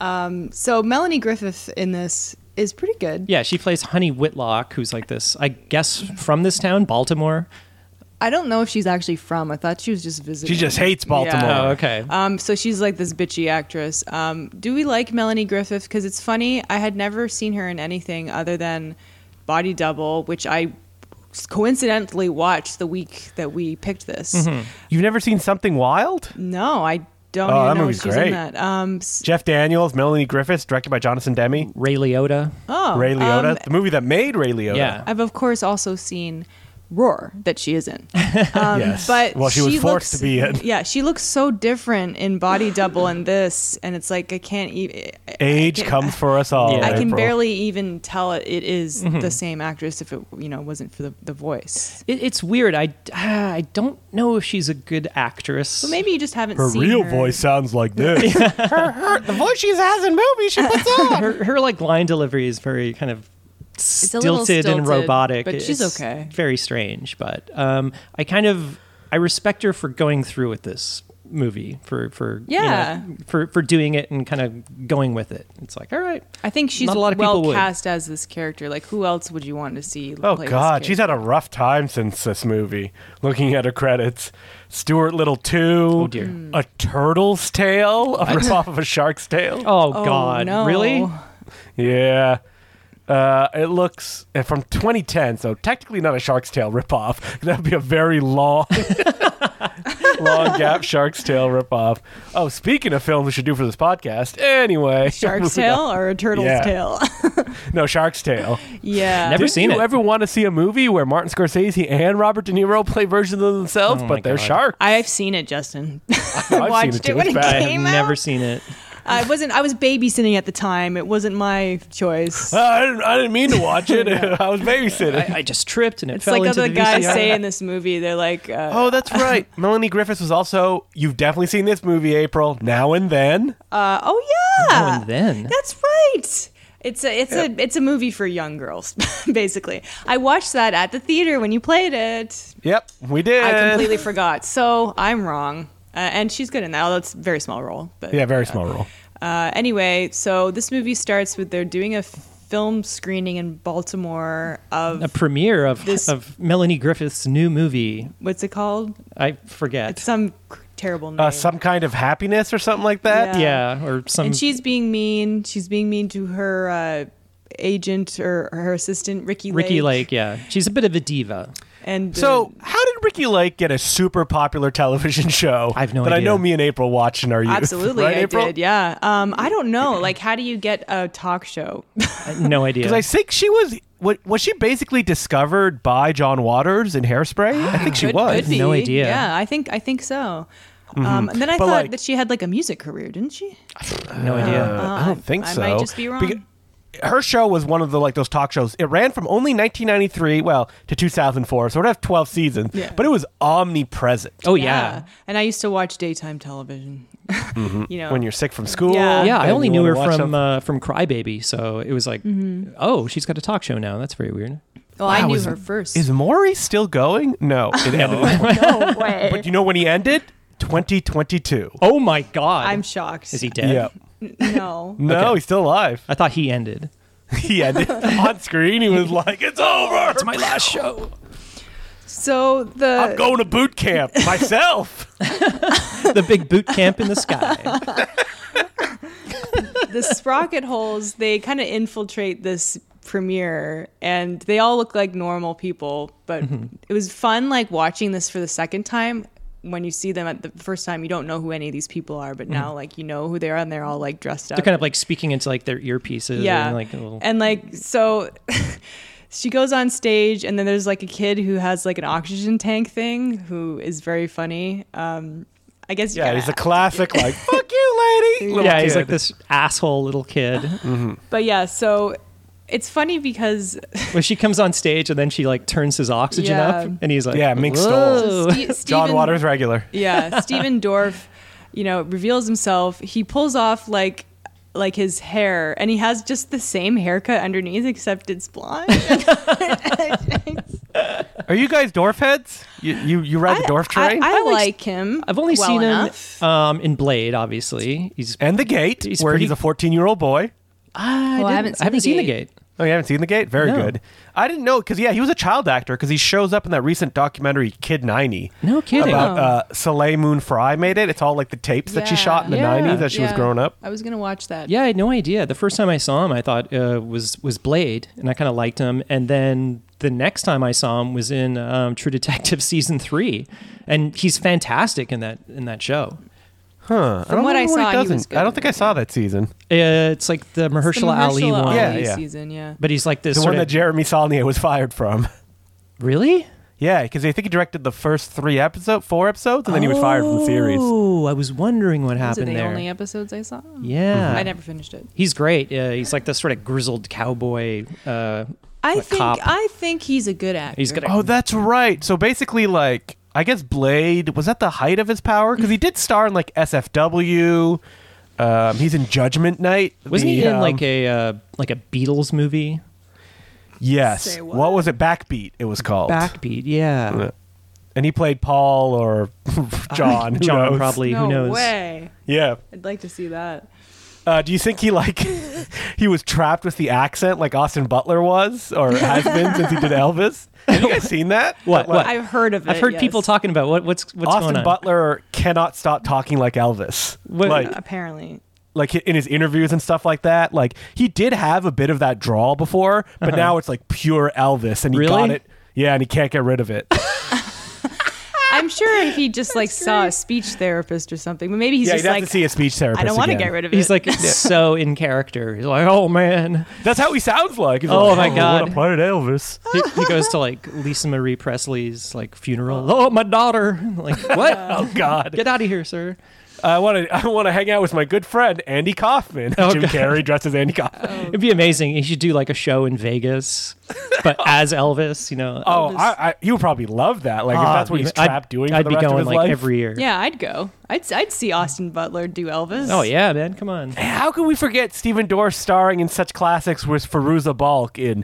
Speaker 1: Um, so Melanie Griffith in this is pretty good.
Speaker 3: yeah? She plays Honey Whitlock, who's like this. I guess from this town, Baltimore.
Speaker 1: I don't know if she's actually from. I thought she was just visiting.
Speaker 2: She just hates Baltimore.
Speaker 1: Yeah.
Speaker 3: Oh, okay.
Speaker 1: Um, so she's like this bitchy actress. Um, do we like Melanie Griffith? Because it's funny, I had never seen her in anything other than Body Double, which I coincidentally watched the week that we picked this.
Speaker 2: Mm-hmm. Hmm. You've never seen Something Wild?
Speaker 1: No, I don't
Speaker 2: Oh, that
Speaker 1: even know
Speaker 2: movie's
Speaker 1: she's
Speaker 2: great.
Speaker 1: in that. Um, s-
Speaker 2: Jeff Daniels, Melanie Griffiths, directed by Jonathan Demme.
Speaker 3: Ray Liotta.
Speaker 1: oh,
Speaker 2: Ray Liotta,
Speaker 1: um,
Speaker 2: the movie that made Ray Liotta.
Speaker 3: Yeah.
Speaker 1: I've of course also seen Roar that she is in. Um,
Speaker 2: yes.
Speaker 1: But
Speaker 2: well, she, was forced
Speaker 1: looks-
Speaker 2: to be in
Speaker 1: Yeah, she looks so different in Body Double and this, and it's like I can't e-, even.
Speaker 2: Age comes for us all.
Speaker 3: Yeah.
Speaker 1: I can
Speaker 2: April.
Speaker 1: barely even tell it, it is
Speaker 3: Mm-hmm.
Speaker 1: the same actress if it you know wasn't for the, the voice.
Speaker 3: It, it's weird. I, ah, I don't know if she's a good actress.
Speaker 1: But maybe you just haven't
Speaker 2: Her
Speaker 1: seen
Speaker 2: real voice sounds like this. her, her, the voice she has in movies, she puts on.
Speaker 3: her, her like line delivery is very kind of
Speaker 1: a little
Speaker 3: stilted,
Speaker 1: stilted,
Speaker 3: and robotic.
Speaker 1: but she's
Speaker 3: It's
Speaker 1: okay.
Speaker 3: Very strange, but um, I kind of I respect her for going through with this movie for for you know,
Speaker 1: Yeah.
Speaker 3: for for doing it and kind of going with it. It's like all right,
Speaker 1: I think she's
Speaker 3: Not a lot of people
Speaker 1: well
Speaker 3: would.
Speaker 1: cast as this character. Like who else would you want to see?
Speaker 2: Oh
Speaker 1: play this
Speaker 2: God, she's
Speaker 1: character?
Speaker 2: had a rough time since this movie. Looking at her credits, Stuart Little Two,
Speaker 3: Oh, dear.
Speaker 1: Hmm.
Speaker 3: Mm.
Speaker 2: a turtle's tail, a rip off of a shark's tail.
Speaker 3: oh,
Speaker 1: Oh,
Speaker 3: god,
Speaker 1: no.
Speaker 3: really?
Speaker 2: Yeah. Uh, it looks uh, from 2010, so technically not a Shark's Tale ripoff. That would be a very long, long gap Shark's Tale ripoff. Oh, speaking of films we should do for this podcast, anyway.
Speaker 1: Shark's
Speaker 2: moving on.
Speaker 1: tail or a turtle's
Speaker 2: Yeah.
Speaker 1: tail?
Speaker 2: No, Shark's Tale.
Speaker 1: yeah.
Speaker 3: Never
Speaker 2: Didn't
Speaker 3: seen
Speaker 2: you
Speaker 3: it.
Speaker 2: ever want to see a movie where Martin Scorsese and Robert De Niro play versions of themselves,
Speaker 3: Oh my
Speaker 2: but they're
Speaker 3: God.
Speaker 2: sharks?
Speaker 1: I've seen it, Justin.
Speaker 2: No, I've seen
Speaker 1: watched
Speaker 2: too.
Speaker 1: it when
Speaker 2: It's
Speaker 1: it
Speaker 2: bad.
Speaker 1: came.
Speaker 3: I've never seen it.
Speaker 1: I wasn't. I was babysitting at the time. It wasn't my choice.
Speaker 2: Uh, I, didn't, I didn't mean to watch it. I was babysitting.
Speaker 3: I, I just tripped and it
Speaker 1: It's
Speaker 3: fell
Speaker 1: like
Speaker 3: into
Speaker 1: other
Speaker 3: the
Speaker 1: guys
Speaker 3: VCR.
Speaker 1: say in this movie. They're like, uh,
Speaker 2: Oh, that's right. Melanie Griffiths was also. You've definitely seen this movie, April. Now and then.
Speaker 1: uh, oh yeah.
Speaker 3: Oh, and then
Speaker 1: That's right. It's a it's a it's a movie for young girls, basically. I watched that at the theater when you played it.
Speaker 2: Yep, we did.
Speaker 1: I completely forgot, so I'm wrong. Uh, and she's good in that. Although it's a very small role, but
Speaker 2: yeah, very small role.
Speaker 1: uh, anyway, so this movie starts with they're doing a film screening in Baltimore of
Speaker 3: a premiere of
Speaker 1: This-
Speaker 3: of Melanie Griffith's new movie.
Speaker 1: what's it called?
Speaker 3: I forget.
Speaker 1: It's some c- terrible name.
Speaker 2: Uh, some kind of happiness or something like that.
Speaker 1: Yeah.
Speaker 3: yeah, or some
Speaker 1: and she's being mean. She's being mean to her uh, agent or her assistant, Ricky.
Speaker 3: Ricky Lake. Yeah, she's a bit of a diva.
Speaker 1: And uh,
Speaker 2: So, how did Ricky Lake get a super popular television show?
Speaker 3: I have no
Speaker 2: that I
Speaker 3: idea.
Speaker 2: know me and April watched in our youth.
Speaker 1: Absolutely,
Speaker 2: right,
Speaker 1: I
Speaker 2: April?
Speaker 1: did. Yeah. Um, I don't know. Like, how do you get a talk show?
Speaker 3: I- Uh, No idea.
Speaker 2: Because I think she was. wa- Was she basically discovered by John Waters in Hairspray? I think she
Speaker 1: Could-
Speaker 2: was. Mm-hmm.
Speaker 1: could be.
Speaker 3: No idea.
Speaker 1: Yeah, I think I think so. Um, and then I
Speaker 2: But,
Speaker 1: thought
Speaker 2: like-
Speaker 1: that she had like a music career, didn't she?
Speaker 3: no idea.
Speaker 2: Uh, I don't think
Speaker 1: I
Speaker 2: so.
Speaker 1: might just be wrong.
Speaker 2: her show was one of the like those talk shows. It ran from only 1993 well to 2004, so it have 12 seasons.
Speaker 1: Yeah.
Speaker 2: But it was omnipresent.
Speaker 3: oh yeah.
Speaker 1: And I used to watch daytime television. you know,
Speaker 2: Mm-hmm. When you're sick from school.
Speaker 1: Yeah.
Speaker 3: yeah. I
Speaker 2: and
Speaker 3: only
Speaker 2: you
Speaker 3: knew
Speaker 2: wanna
Speaker 3: her
Speaker 2: watch
Speaker 3: from
Speaker 2: something.
Speaker 3: uh, from Crybaby, so it was like,
Speaker 1: Mm-hmm.
Speaker 3: oh, she's got a talk show now. That's very weird.
Speaker 1: well, I
Speaker 2: Wow,
Speaker 1: knew
Speaker 2: is-
Speaker 1: her first.
Speaker 2: Is Maury still going? No, it ended.
Speaker 1: no way.
Speaker 2: But you know when he ended? 2022.
Speaker 3: Oh my god.
Speaker 1: I'm shocked.
Speaker 3: Is he dead?
Speaker 2: Yeah.
Speaker 1: No.
Speaker 2: No, he's still alive.
Speaker 3: I thought he ended.
Speaker 2: He ended on screen. He was like, "It's over.
Speaker 3: It's my last show.
Speaker 1: So
Speaker 2: I'm
Speaker 1: the
Speaker 2: going to boot camp myself."
Speaker 3: the big boot camp in the sky.
Speaker 1: the sprocket holes they kind of infiltrate this premiere and they all look like normal people but it was fun like watching this for the second time when you see them at the first time you don't know who any of these people are but now like you know who they are and they're all like dressed up
Speaker 3: They're kind of like speaking into like their earpieces.
Speaker 1: yeah
Speaker 3: And like a little,
Speaker 1: and like so she goes on stage and then there's like a kid who has like an oxygen tank thing who is very funny um i guess you
Speaker 2: Yeah,
Speaker 1: gotta-
Speaker 2: he's a classic. Like, "Fuck you, lady." little
Speaker 3: yeah, he's like
Speaker 2: kid.
Speaker 3: this asshole little kid.
Speaker 1: but yeah so it's funny because
Speaker 3: Where she comes on stage and then she like turns his oxygen
Speaker 1: Yeah.
Speaker 3: up and he's like,
Speaker 2: Yeah, mixed
Speaker 3: "Whoa."
Speaker 1: Ste-
Speaker 2: John
Speaker 1: Steven-
Speaker 2: Waters regular.
Speaker 1: yeah Stephen dorff you know reveals himself he pulls off like like his hair and he has just the same haircut underneath except it's blonde
Speaker 2: Are you guys dwarf heads? You you, you ride the dwarf train
Speaker 1: i, I
Speaker 3: I like-
Speaker 1: like him
Speaker 3: I've only
Speaker 1: well
Speaker 3: seen
Speaker 1: enough.
Speaker 3: him um, in Blade. Obviously, he's
Speaker 2: and the gate
Speaker 3: He's
Speaker 2: where
Speaker 3: pretty-
Speaker 2: he's a fourteen year old boy.
Speaker 3: I,
Speaker 1: Oh, I haven't seen
Speaker 3: didn't- I haven't
Speaker 1: The
Speaker 3: seen the
Speaker 1: Gate.
Speaker 3: gate.
Speaker 2: Oh, you haven't seen The Gate? Very
Speaker 3: No.
Speaker 2: good. I didn't know because yeah, he was a child actor because he shows up in that recent documentary Kid Ninety.
Speaker 3: No kidding.
Speaker 2: About
Speaker 1: Oh.
Speaker 2: uh, Soleil Moon Frye made it. It's all like the tapes that she shot in the
Speaker 3: Yeah.
Speaker 2: '90s as she was
Speaker 1: Yeah.
Speaker 2: growing up.
Speaker 1: I was gonna watch that.
Speaker 3: Yeah, I had no idea. The first time I saw him, I thought uh, was was Blade, and I kind of liked him. And then the next time I saw him was in um, True Detective season three, and he's fantastic in that in that show.
Speaker 2: Huh? I
Speaker 1: From
Speaker 2: don't
Speaker 1: what I
Speaker 2: remember
Speaker 1: saw,
Speaker 2: he
Speaker 1: he was
Speaker 2: doesn't. I
Speaker 1: good
Speaker 2: don't
Speaker 1: in
Speaker 2: think I saw that season.
Speaker 3: Uh, it's like the Mahershala,
Speaker 1: It's the
Speaker 3: Ali
Speaker 1: Mahershala
Speaker 3: one,
Speaker 2: Yeah,
Speaker 1: Ali
Speaker 2: yeah.
Speaker 1: season. Yeah.
Speaker 3: but he's like this
Speaker 2: The one
Speaker 3: sorta-
Speaker 2: that Jeremy Saulnier was fired from.
Speaker 3: really.
Speaker 2: Yeah, because I think he directed the first three episodes, four episodes, and then he was fired from the series.
Speaker 3: Oh, I was wondering what
Speaker 1: Those are
Speaker 3: happened
Speaker 1: the
Speaker 3: there.
Speaker 1: only episodes I saw.
Speaker 3: yeah,
Speaker 1: I never finished it.
Speaker 3: He's great. Uh, he's like this sort of grizzled cowboy. Uh,
Speaker 1: I
Speaker 3: like
Speaker 1: think
Speaker 3: cop.
Speaker 1: I think he's a good actor.
Speaker 3: He's good at-
Speaker 2: Oh, that's right. So basically, like, I guess Blade was at the height of his power because he did star in like SFW. Um, he's in Judgment Night.
Speaker 3: wasn't
Speaker 2: The,
Speaker 3: he in
Speaker 2: um,
Speaker 3: like a uh, like a Beatles movie?
Speaker 2: yes?
Speaker 1: Say
Speaker 2: What?
Speaker 1: what?
Speaker 2: was it? Backbeat. It was called.
Speaker 3: Backbeat, yeah.
Speaker 2: Yeah. And he played Paul or John. who
Speaker 3: John
Speaker 2: knows?
Speaker 3: probably.
Speaker 1: No
Speaker 3: who knows?
Speaker 1: way.
Speaker 2: Yeah.
Speaker 1: I'd like to see that.
Speaker 2: Uh, do you think he like he was trapped with the accent like Austin Butler was or has been since he did Elvis? Have you guys seen that?
Speaker 3: What?
Speaker 2: Like,
Speaker 3: What?
Speaker 1: I've heard of it.
Speaker 3: I've heard
Speaker 1: yes.
Speaker 3: people talking about what what's what's
Speaker 2: Austin
Speaker 3: going on.
Speaker 2: Butler cannot stop talking like Elvis.
Speaker 3: What-
Speaker 2: Like
Speaker 1: Apparently,
Speaker 2: like in his interviews and stuff like that. Like he did have a bit of that drawl before, but now it's like pure Elvis, and he
Speaker 3: Uh-huh. Really?
Speaker 2: got it. Yeah, and he can't get rid of it.
Speaker 1: I'm sure he just like saw a speech therapist or something. But maybe he's
Speaker 2: yeah, he'd
Speaker 1: just
Speaker 2: have
Speaker 1: like,
Speaker 2: to see a speech therapist.
Speaker 1: I don't want to
Speaker 2: again.
Speaker 1: get rid of it.
Speaker 3: He's like so in character. He's like, oh man.
Speaker 2: That's how he sounds like. He's
Speaker 3: Oh,
Speaker 2: like,
Speaker 3: my God.
Speaker 2: What a part Elvis.
Speaker 3: He, he goes to like Lisa Marie Presley's like funeral. Oh my daughter. Like what?
Speaker 2: Oh God.
Speaker 3: Get out of here, sir.
Speaker 2: I want to. I want to hang out with my good friend Andy Kaufman.
Speaker 3: Oh,
Speaker 2: Jim Carrey dressed as Andy Kaufman.
Speaker 3: It'd be amazing. He should do like a show in Vegas, but as Elvis. You know.
Speaker 2: Oh,
Speaker 3: Elvis.
Speaker 2: I, I, he would probably love that. Like
Speaker 3: Ah,
Speaker 2: if that's what he's
Speaker 3: I'd-
Speaker 2: trapped doing
Speaker 3: I'd
Speaker 2: for the
Speaker 3: be
Speaker 2: rest
Speaker 3: going
Speaker 2: of his
Speaker 3: like
Speaker 2: life.
Speaker 3: every year.
Speaker 1: yeah, I'd go. I'd I'd see Austin Butler do Elvis.
Speaker 3: Oh yeah, man. Come on.
Speaker 2: How can we forget Stephen Dorff starring in such classics was Feruza Balk in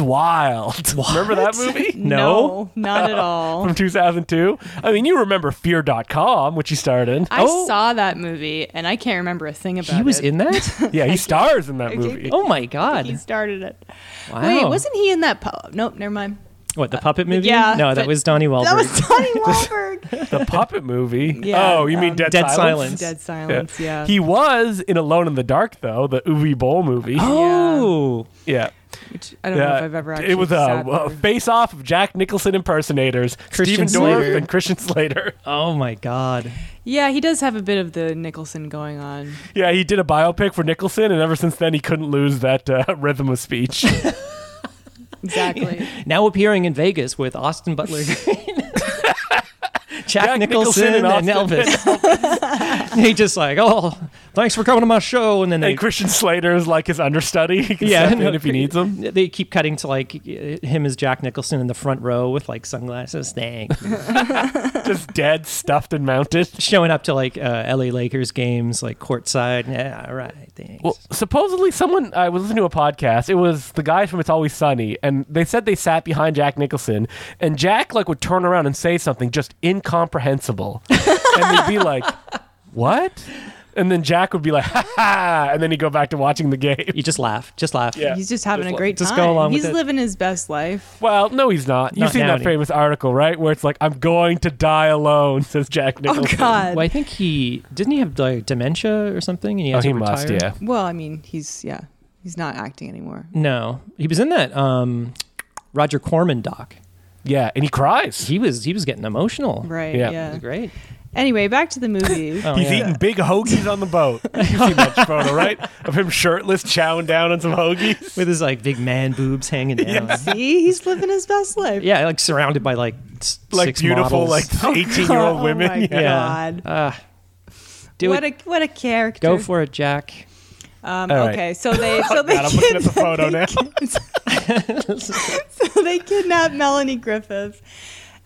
Speaker 2: Wild? Remember that movie?
Speaker 1: No, not at all.
Speaker 2: From 2002. I mean, you remember Fear.com, which he starred in.
Speaker 1: I
Speaker 3: Oh.
Speaker 1: saw that movie and I can't remember a thing about it.
Speaker 3: He was in that.
Speaker 2: yeah, he stars in that movie.
Speaker 3: oh my god.
Speaker 1: He started it.
Speaker 3: wow.
Speaker 1: Wait, wasn't he in that? Po- nope, never mind.
Speaker 3: what the puppet movie?
Speaker 1: Uh, yeah,
Speaker 3: No, that
Speaker 1: but-
Speaker 3: was Donnie Wahlberg.
Speaker 1: That was Donnie Wahlberg.
Speaker 2: Oh, The puppet movie.
Speaker 1: Yeah,
Speaker 2: oh, you mean
Speaker 1: um,
Speaker 2: Dead,
Speaker 3: Dead
Speaker 2: Silence?
Speaker 3: Silence.
Speaker 1: Dead Silence. Yeah.
Speaker 2: He was in Alone in the Dark, though, the Uwe Boll movie.
Speaker 3: oh.
Speaker 2: Yeah.
Speaker 1: Which I don't know
Speaker 2: Yeah,
Speaker 1: if I've ever actually.
Speaker 2: it was uh, a,
Speaker 1: sat
Speaker 2: a
Speaker 1: through.
Speaker 2: face off of Jack Nicholson impersonators, Stephen
Speaker 3: Christian
Speaker 2: Dorff
Speaker 3: Slater.
Speaker 2: and Christian Slater.
Speaker 3: Oh my god.
Speaker 1: Yeah, he does have a bit of the Nicholson going on.
Speaker 2: Yeah, he did a biopic for Nicholson, and ever since then he couldn't lose that uh, rhythm of speech.
Speaker 1: Exactly.
Speaker 3: Now appearing in Vegas with Austin Butler, Jack, Nicholson,
Speaker 2: Nicholson and
Speaker 3: and, Elvis. he just like, oh, thanks for coming to my show, and then they.
Speaker 2: and Christian Slater is like his understudy. He can
Speaker 3: yeah,
Speaker 2: step in
Speaker 3: no,
Speaker 2: if he needs him.
Speaker 3: They keep cutting to like him as Jack Nicholson in the front row with like sunglasses, dang,
Speaker 2: Just dead, stuffed, and mounted.
Speaker 3: showing up to like uh, LA Lakers games, like courtside. Yeah, all right, thanks.
Speaker 2: Well, supposedly someone I was listening to a podcast. It was the guys from It's Always Sunny, and they said they sat behind Jack Nicholson, and Jack like would turn around and say something just incomprehensible, and they'd be like, "What?" And then Jack would be like, "Ha ha!" And then he'd go back to watching the game.
Speaker 3: you just laugh, just laugh.
Speaker 2: Yeah.
Speaker 1: He's just having
Speaker 2: Just
Speaker 1: a
Speaker 2: let-
Speaker 1: great time.
Speaker 3: just go along with
Speaker 1: He's
Speaker 3: it.
Speaker 1: living his best life.
Speaker 2: Well, no, he's not. You've
Speaker 3: Not
Speaker 2: seen
Speaker 3: now
Speaker 2: that
Speaker 3: any-
Speaker 2: famous article, right? Where it's like, "I'm going to die alone," says Jack
Speaker 1: Oh
Speaker 2: Nicholson.
Speaker 1: God.
Speaker 3: Well, I think he didn't he have like dementia or something, and he
Speaker 2: Oh,
Speaker 3: has
Speaker 2: he
Speaker 3: to retire?
Speaker 2: must. Yeah.
Speaker 1: Well, I mean, he's yeah, he's not acting anymore.
Speaker 3: No, he was in that um, Roger Corman doc.
Speaker 2: Yeah, and he cries.
Speaker 3: He was he was getting emotional.
Speaker 1: Right.
Speaker 2: Yeah.
Speaker 1: Yeah.
Speaker 3: It was great.
Speaker 1: Anyway, back to the movie.
Speaker 3: Oh,
Speaker 2: He's
Speaker 3: yeah.
Speaker 2: eating big hoagies on the boat. You've seen that photo, right? Of him shirtless chowing down on some hoagies.
Speaker 3: with his like big man boobs hanging down. yeah.
Speaker 1: See, he's living his best life.
Speaker 3: like surrounded by like s-
Speaker 2: like
Speaker 3: six
Speaker 2: beautiful,
Speaker 3: models.
Speaker 2: like eighteen-year-old
Speaker 1: Oh
Speaker 2: women.
Speaker 1: my
Speaker 2: Yeah.
Speaker 1: God. God.
Speaker 3: Ah. do
Speaker 1: what
Speaker 3: it.
Speaker 1: a what a character.
Speaker 3: Go for it, Jack.
Speaker 1: Um,
Speaker 2: All right.
Speaker 1: okay, so they so they
Speaker 2: God, I'm looking at the photo now.
Speaker 1: so they kidnap Melanie Griffith,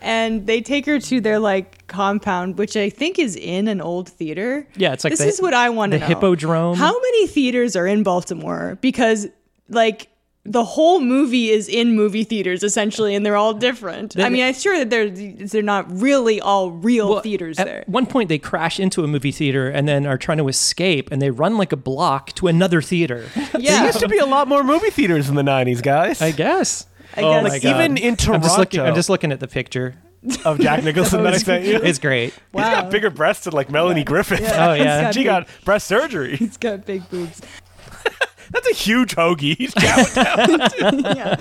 Speaker 1: and they take her to their like compound, which I think is in an old theater.
Speaker 3: Yeah, it's like
Speaker 1: this
Speaker 3: the-
Speaker 1: is what I want to
Speaker 3: the
Speaker 1: know.
Speaker 3: Hippodrome.
Speaker 1: How many theaters are in Baltimore? Because like the whole movie is in movie theaters essentially, and they're all different. I mean, I'm sure that they're they're not really all real
Speaker 3: Well,
Speaker 2: uh,
Speaker 1: theaters
Speaker 3: at
Speaker 1: there.
Speaker 3: one point, they crash into a movie theater and then are trying to escape, and they run like a block to another theater.
Speaker 2: There
Speaker 1: Yeah,
Speaker 2: used to be a lot more movie theaters in the '90s, guys.
Speaker 3: I guess.
Speaker 1: I
Speaker 2: Oh
Speaker 1: guess.
Speaker 2: my God. Even in
Speaker 3: I'm just, looking, I'm
Speaker 2: Toronto.
Speaker 3: just looking at the picture.
Speaker 2: of Jack Nicholson that I sent you.
Speaker 3: It's
Speaker 2: He's
Speaker 3: great.
Speaker 1: Wow.
Speaker 2: got bigger breasts than like Melanie Griffith.
Speaker 3: Oh, yeah.
Speaker 1: He's
Speaker 2: she
Speaker 1: got
Speaker 2: got breast surgery.
Speaker 1: He's got big boobs.
Speaker 2: That's a huge hoagie. He's jacked.
Speaker 1: yeah.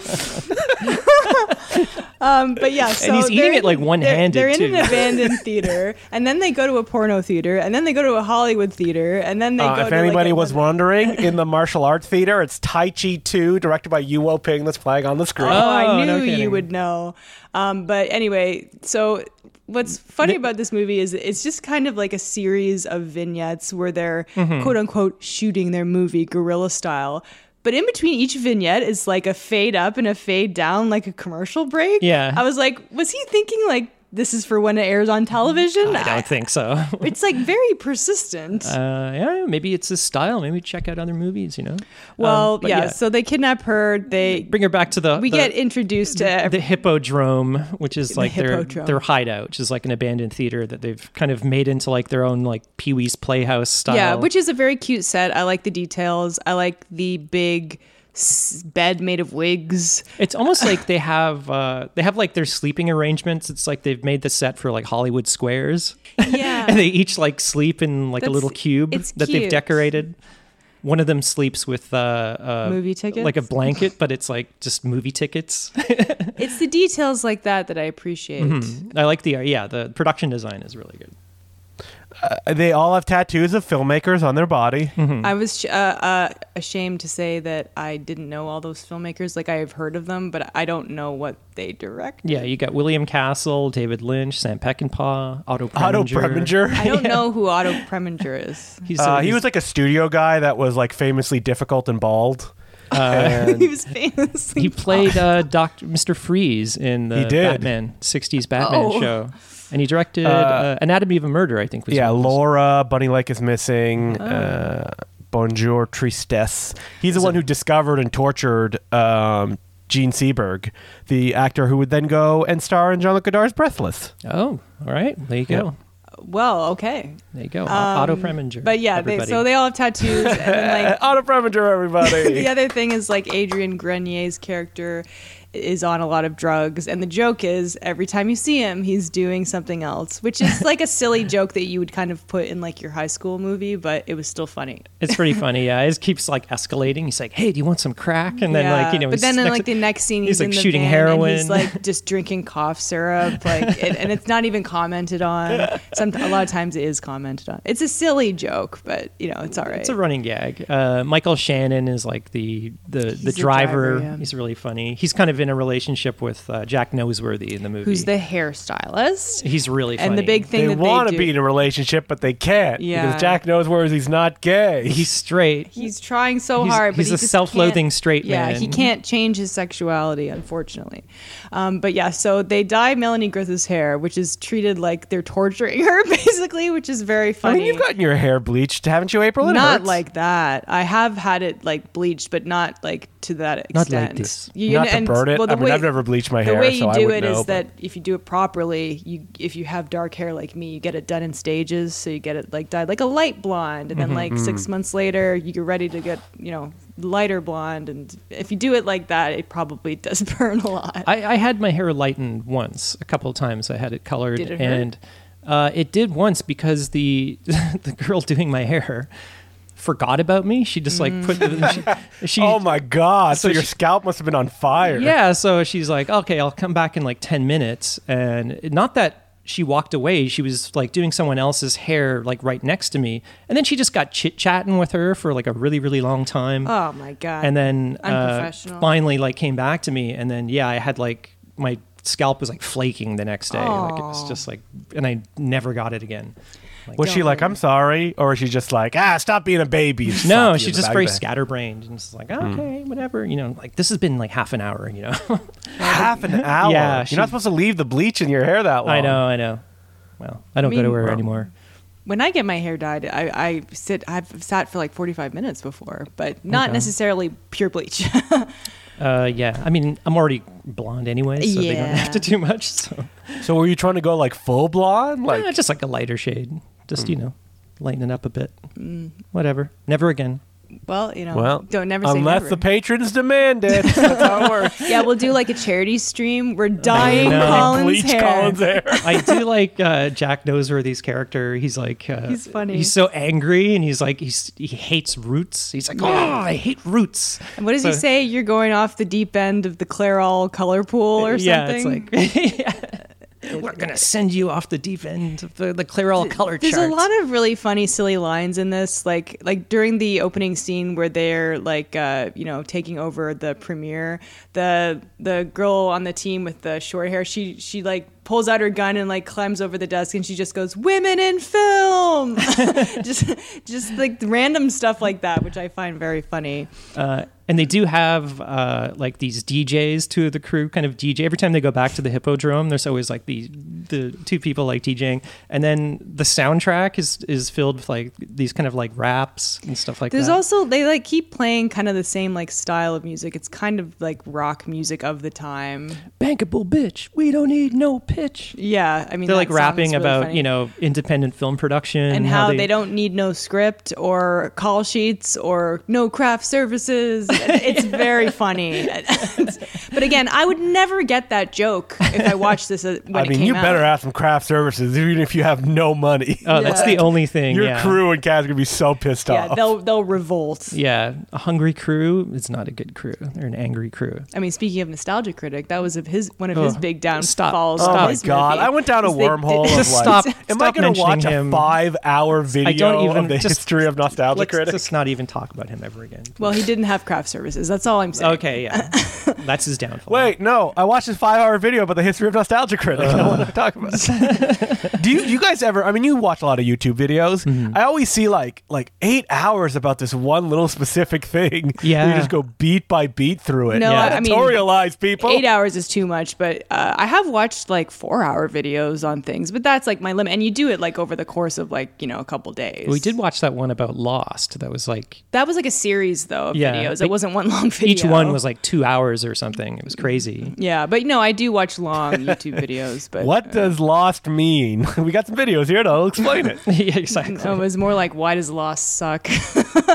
Speaker 1: um, but yeah, so
Speaker 3: he's eating
Speaker 1: they're
Speaker 3: it, like,
Speaker 1: in-
Speaker 3: one-handed,
Speaker 1: They're, they're in
Speaker 3: too.
Speaker 1: an abandoned theater, and then they go to a porno theater, and then they go to a Hollywood theater, and then they go.
Speaker 2: uh, if
Speaker 1: to,
Speaker 2: anybody
Speaker 1: like,
Speaker 2: was
Speaker 1: another-
Speaker 2: wondering, in the martial arts theater, it's Tai Chi 2, directed by Yuo Ping, that's playing on the screen.
Speaker 1: oh, I
Speaker 3: Oh, no
Speaker 1: knew you
Speaker 3: kidding.
Speaker 1: would know. Um, but anyway, so what's funny about this movie is it's just kind of like a series of vignettes where they're
Speaker 3: Mm-hmm.
Speaker 1: quote unquote shooting their movie guerrilla style. But in between each vignette is like a fade up and a fade down, like a commercial break.
Speaker 3: Yeah.
Speaker 1: I was like, was he thinking like this is for when it airs on television?
Speaker 3: I don't think Uh, um, so. Uh,
Speaker 1: it's like very persistent.
Speaker 3: yeah, maybe it's his style. Maybe check out other movies, you know?
Speaker 1: well,
Speaker 3: Um, but
Speaker 1: yeah, So they kidnap her. They
Speaker 3: Bring her back to the
Speaker 1: we
Speaker 3: the,
Speaker 1: get introduced to every,
Speaker 3: the hippodrome, which is like their
Speaker 1: hippodrome.
Speaker 3: their hideout, which is like an abandoned theater that they've kind of made into like their own like Pee Wee's Playhouse style.
Speaker 1: Yeah, which is a very cute set. I like the details. I like the big s- bed made of wigs.
Speaker 3: It's almost like they have uh, they have like their sleeping arrangements. It's like they've made the set for like Hollywood squares, and
Speaker 1: Yeah.
Speaker 3: they each like sleep in like a
Speaker 1: That's-
Speaker 3: little cube
Speaker 1: it's
Speaker 3: that
Speaker 1: cute.
Speaker 3: they've decorated. One of them sleeps with uh, uh,
Speaker 1: Movie tickets?
Speaker 3: like a blanket, but it's like just movie tickets.
Speaker 1: it's the details like that that I appreciate.
Speaker 3: I like the yeah the production design is really good.
Speaker 2: Uh, They all have tattoos of filmmakers on their body.
Speaker 1: I was sh- uh, uh, ashamed to say that I didn't know all those filmmakers. Like I've heard of them, but I don't know what they direct.
Speaker 3: Yeah, you got William Castle, David Lynch, Sam Peckinpah, Otto Preminger.
Speaker 2: Otto Preminger.
Speaker 1: I don't know who Otto Preminger is.
Speaker 3: He's,
Speaker 2: Uh, he
Speaker 3: he's-
Speaker 2: was like a studio guy that was like famously difficult and bald.
Speaker 1: Uh, he was famously
Speaker 3: he played uh, Doctor Mr. Freeze in the
Speaker 2: He did.
Speaker 3: Batman '60s Batman
Speaker 1: Oh.
Speaker 3: show, and he directed uh, Anatomy of a Murder. I think was
Speaker 2: Yeah,
Speaker 3: one of his-
Speaker 2: Laura, Bunny Lake is missing. Uh, Bonjour Tristesse. He's the one who discovered and tortured um, Gene Seberg, the actor who would then go and star in Jean Luc Godard's Breathless.
Speaker 3: Oh, all right, there you go,
Speaker 1: well, okay,
Speaker 3: there you go. Otto Preminger.
Speaker 1: Um, but yeah, they,
Speaker 3: everybody.
Speaker 1: so they all have tattoos, and then, like
Speaker 2: Otto Preminger, everybody.
Speaker 1: the other thing is like Adrian Grenier's character is on a lot of drugs, and the joke is every time you see him, he's doing something else, which is like a silly joke that you would kind of put in like your high school movie, but it was still funny.
Speaker 3: it's pretty funny. Yeah, it keeps like escalating. He's like, "Hey, do you want some crack?" And then like you know,
Speaker 1: but
Speaker 3: he's
Speaker 1: then in
Speaker 3: next-
Speaker 1: like the next scene, he's,
Speaker 3: he's, like,
Speaker 1: in the
Speaker 3: shooting
Speaker 1: van and
Speaker 3: heroin.
Speaker 1: he's like just drinking cough syrup, like, it, and it's not even commented on. Some a lot of times it is commented on. It's a silly joke, but you know it's all right.
Speaker 3: It's a running gag. Uh, Michael Shannon is like the the, the
Speaker 1: the
Speaker 3: driver.
Speaker 1: driver, yeah.
Speaker 3: He's really funny. He's kind of in a relationship with uh, Jack Noseworthy in the movie.
Speaker 1: Who's the hairstylist?
Speaker 3: He's really funny.
Speaker 1: And the big thing
Speaker 2: they
Speaker 1: that
Speaker 2: want
Speaker 1: do-
Speaker 2: to be in a relationship, but they can't
Speaker 1: Yeah.
Speaker 2: because Jack knows where he's not gay.
Speaker 3: He's straight.
Speaker 1: He's trying so
Speaker 3: He's-
Speaker 1: hard, but
Speaker 3: he's
Speaker 1: he
Speaker 3: a
Speaker 1: just
Speaker 3: self-loathing
Speaker 1: can't-
Speaker 3: straight
Speaker 1: yeah,
Speaker 3: man.
Speaker 1: he can't change his sexuality, unfortunately. Um, but yeah, so they dye Melanie Griffith's hair, which is treated like they're torturing her, basically, which is very
Speaker 2: I
Speaker 1: funny.
Speaker 2: mean, you've gotten your hair bleached, haven't you, April? It
Speaker 1: not
Speaker 2: hurts.
Speaker 1: like that. I have had it like bleached, but not like to that extent.
Speaker 3: Not like this.
Speaker 1: You,
Speaker 2: Not to
Speaker 1: and,
Speaker 2: burn it.
Speaker 1: Well, the
Speaker 2: I mean,
Speaker 1: way,
Speaker 2: I've never bleached my
Speaker 1: the
Speaker 2: hair,
Speaker 1: way you
Speaker 2: so I
Speaker 1: do it
Speaker 2: wouldn't
Speaker 1: is
Speaker 2: know, but-
Speaker 1: that if you do it properly, you if you have dark hair like me, you get it done in stages. So you get it like dyed like a light blonde, and then
Speaker 2: Mm-hmm.
Speaker 1: like
Speaker 2: Mm.
Speaker 1: six months later, you're ready to get you know lighter blonde. And if you do it like that, it probably does burn a lot.
Speaker 3: I, I had my hair lightened once, a couple of times. I had it colored,
Speaker 1: Did it hurt?
Speaker 3: and uh, it did once because the the girl doing my hair forgot about me. She just like put
Speaker 1: Mm.
Speaker 3: the, she, she
Speaker 2: oh my god! So,
Speaker 3: So
Speaker 2: your
Speaker 3: she-
Speaker 2: scalp must have been on fire.
Speaker 3: Yeah, so she's like, okay, I'll come back in like 10 minutes. And not that she walked away, she was like doing someone else's hair like right next to me. And then she just got chit chatting with her for like a really, really long time.
Speaker 1: oh my god!
Speaker 3: and then uh,
Speaker 1: unprofessional.
Speaker 3: finally like came back to me. And then, yeah, I had like my scalp was like flaking the next day. Like it was
Speaker 1: Aw.
Speaker 3: just like, and I never got it again. Like,
Speaker 2: Was she
Speaker 1: Don't
Speaker 2: like,
Speaker 1: worry.
Speaker 2: "I'm sorry," or is she just like, "Ah, stop being a baby"? and slap you
Speaker 3: no,
Speaker 2: in
Speaker 3: she's
Speaker 2: the Hmm.
Speaker 3: just
Speaker 2: back
Speaker 3: very
Speaker 2: of the-
Speaker 3: scatterbrained and just like, okay, whatever. You know, like this has been like half an hour, you know?
Speaker 2: half an hour.
Speaker 3: Yeah,
Speaker 2: you're not
Speaker 3: she-
Speaker 2: supposed to leave the bleach in your hair that long.
Speaker 3: I know, I know. Well, I don't go to
Speaker 1: mean,
Speaker 3: her
Speaker 1: well,
Speaker 3: anymore.
Speaker 1: when I get my hair dyed, I, I sit. I've sat for like forty five minutes before, but not
Speaker 3: Okay.
Speaker 1: necessarily pure bleach.
Speaker 3: Uh, yeah, I mean, I'm already blonde anyway, so they don't
Speaker 1: Yeah.
Speaker 3: have to do much. So
Speaker 2: So were you trying to go like full blonde? Like
Speaker 3: Uh, just like a lighter shade, just you know, lighten it up a bit.
Speaker 1: Mm.
Speaker 3: Whatever. Never again.
Speaker 1: Well, you know,
Speaker 2: well,
Speaker 1: don't never say
Speaker 2: unless
Speaker 1: never.
Speaker 2: the patrons demand it. That's how it works.
Speaker 1: yeah, we'll do like a charity stream. We're dying
Speaker 3: know.
Speaker 1: Collins
Speaker 2: Bleach
Speaker 1: hair.
Speaker 2: Collins hair.
Speaker 3: I do like uh, Jack Noseworthy's character. He's like uh,
Speaker 1: He's funny.
Speaker 3: He's so angry, and he's like he's he hates roots. He's like, oh, I hate roots.
Speaker 1: And what does he
Speaker 3: So-
Speaker 1: say? You're going off the deep end of the Clairol color pool or
Speaker 3: yeah,
Speaker 1: something.
Speaker 3: it's like yeah. we're gonna send you off the deep end of the, the Clairol color
Speaker 1: There's
Speaker 3: chart.
Speaker 1: a lot of really funny, silly lines in this. Like, like during the opening scene where they're like, uh, you know, taking over the premiere. The the girl on the team with the short hair, she she like pulls out her gun and like climbs over the desk and she just goes, "Women in film," just just like random stuff like that, which I find very funny.
Speaker 3: Uh, and they do have uh, like these DJs, two of the crew kind of DJ. Every time they go back to the Hippodrome, there's always like the the two people like DJing, and then the soundtrack is is filled with like these kind of like raps and stuff like
Speaker 1: There's
Speaker 3: that.
Speaker 1: also they like keep playing kind of the same like style of music. It's kind of like rock music of the time.
Speaker 3: Bankable bitch, we don't need no pitch.
Speaker 1: Yeah, I mean
Speaker 3: They're
Speaker 1: that
Speaker 3: like
Speaker 1: song is
Speaker 3: rapping
Speaker 1: really
Speaker 3: about
Speaker 1: funny.
Speaker 3: you know independent film production
Speaker 1: and how they, don't need no script or call sheets or no craft services. It's very funny. but again, I would never get that joke if I watched this uh, when
Speaker 2: I
Speaker 1: it
Speaker 2: mean,
Speaker 1: came
Speaker 2: you
Speaker 1: out.
Speaker 2: better have some craft services, even if you have no money.
Speaker 3: Oh, that's
Speaker 1: Yeah.
Speaker 3: the only thing.
Speaker 2: Your
Speaker 3: yeah.
Speaker 2: crew and cast are gonna be so pissed
Speaker 1: yeah,
Speaker 2: off.
Speaker 1: they'll they'll revolt.
Speaker 3: Yeah, a hungry crew is not a good crew. They're an angry crew.
Speaker 1: I mean, speaking of nostalgia critic, that was of his one of his
Speaker 3: Ugh.
Speaker 1: big
Speaker 3: Stop.
Speaker 1: downfalls.
Speaker 2: Oh
Speaker 1: of
Speaker 2: my
Speaker 1: his
Speaker 2: god!
Speaker 1: movie,
Speaker 2: I went down a
Speaker 1: is they
Speaker 2: wormhole.
Speaker 1: did-
Speaker 2: Of
Speaker 3: Just
Speaker 2: like,
Speaker 3: stop-
Speaker 2: Am I
Speaker 3: stop
Speaker 2: going to
Speaker 3: mentioning
Speaker 2: watch a
Speaker 3: him.
Speaker 2: five-hour video
Speaker 3: even-
Speaker 2: of the
Speaker 3: just-
Speaker 2: history of nostalgia
Speaker 3: Let's
Speaker 2: critics?
Speaker 3: just not even talk about him ever again.
Speaker 1: Well, he didn't have craft services. That's all I'm saying.
Speaker 3: Okay, yeah, that's his downfall.
Speaker 2: Wait, no. I watched this five-hour video about the history of nostalgia critic. I
Speaker 3: Uh.
Speaker 2: want to talk about. it. Do you, you guys ever? I mean, you watch a lot of YouTube videos.
Speaker 3: Mm-hmm.
Speaker 2: I always see like like eight hours about this one little specific thing.
Speaker 3: Yeah.
Speaker 2: you just go beat by beat through it.
Speaker 1: No,
Speaker 3: Yeah.
Speaker 1: I mean
Speaker 2: tutorialize people.
Speaker 1: Eight hours is too much, but uh, I have watched like four hour videos on things, but that's like my limit. And you do it like over the course of like, you know, a couple days.
Speaker 3: we did watch that one about Lost. That was like
Speaker 1: That was like a series though of
Speaker 3: Yeah,
Speaker 1: videos.
Speaker 3: like,
Speaker 1: It wasn't one long video.
Speaker 3: each one was like two hours or something. It was crazy.
Speaker 1: Yeah, but no, I do watch long YouTube videos. But
Speaker 2: What does lost mean? we got some videos here. I'll explain it.
Speaker 3: yeah, exactly.
Speaker 1: No, it was more like why does loss suck?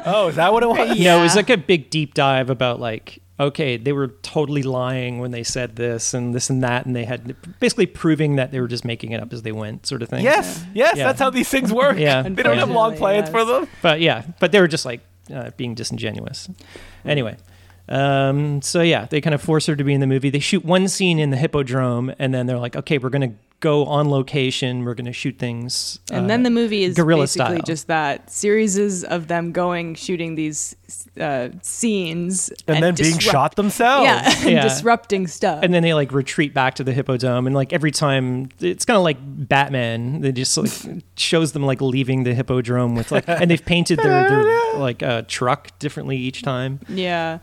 Speaker 2: oh, is that what it was?
Speaker 3: No, it was
Speaker 1: yeah.
Speaker 3: like a big deep dive about like okay, they were totally lying when they said this and this and that, and they had basically proving that they were just making it up as they went, sort of thing.
Speaker 2: Yes, yes.
Speaker 3: Yeah.
Speaker 2: That's how these things work.
Speaker 3: Yeah.
Speaker 2: they don't have long
Speaker 1: Unfortunately,
Speaker 2: plans
Speaker 1: yes.
Speaker 2: for them.
Speaker 3: but yeah, but they were just like uh, being disingenuous. Anyway, um, so yeah, they kind of force her to be in the movie. They shoot one scene in the hippodrome, and then they're like, okay, we're gonna go on location. We're gonna shoot things. uh,
Speaker 1: and then the movie is
Speaker 3: guerrilla
Speaker 1: basically
Speaker 3: style.
Speaker 1: just that series of them going shooting these uh, scenes
Speaker 2: And, then being
Speaker 1: disrupt-
Speaker 2: shot themselves.
Speaker 1: Yeah, and
Speaker 3: Oh, Yeah.
Speaker 1: disrupting stuff.
Speaker 3: and then they like retreat back to the hippodome, and like every time, it's kind of like Batman. They just like shows them like leaving the hippodrome with like, and they've painted their, their like uh, truck differently each time.
Speaker 1: Yeah.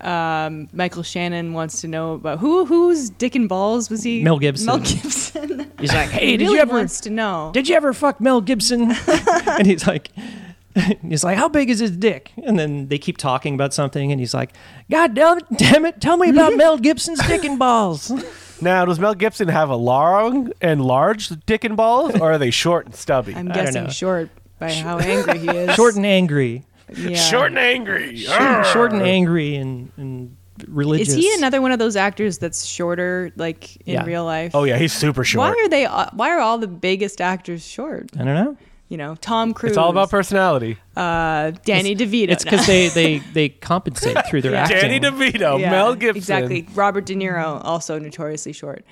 Speaker 1: Um, Michael Shannon wants to know about who whose dick and balls was he?
Speaker 3: Mel Gibson.
Speaker 1: Mel Gibson.
Speaker 3: He's like, hey,
Speaker 1: he
Speaker 3: did
Speaker 1: really
Speaker 3: you ever?
Speaker 1: wants to know.
Speaker 3: did you ever fuck Mel Gibson? and he's like, he's like, how big is his dick? And then they keep talking about something, and he's like, God damn it, damn it tell me about Mel Gibson's dick and balls.
Speaker 2: Now, does Mel Gibson have a long and large dick and balls, or are they short and stubby?
Speaker 1: I'm
Speaker 3: I don't know.
Speaker 1: guessing short by how angry he is.
Speaker 3: Short and angry,
Speaker 1: yeah.
Speaker 2: Short and angry.
Speaker 3: short, short and angry, and and religious.
Speaker 1: Is he another one of those actors that's shorter, like in
Speaker 3: Yeah.
Speaker 1: real life?
Speaker 2: Oh yeah, he's super
Speaker 1: Why
Speaker 2: short.
Speaker 1: are they? uh, Why are all the biggest actors short?
Speaker 3: I don't know.
Speaker 1: You know, Tom Cruise.
Speaker 2: It's all about personality.
Speaker 1: uh, Danny DeVito.
Speaker 3: It's because they they they compensate through their acting.
Speaker 2: Danny DeVito,
Speaker 1: Yeah,
Speaker 2: Mel Gibson.
Speaker 1: Exactly. Robert De Niro, also notoriously short.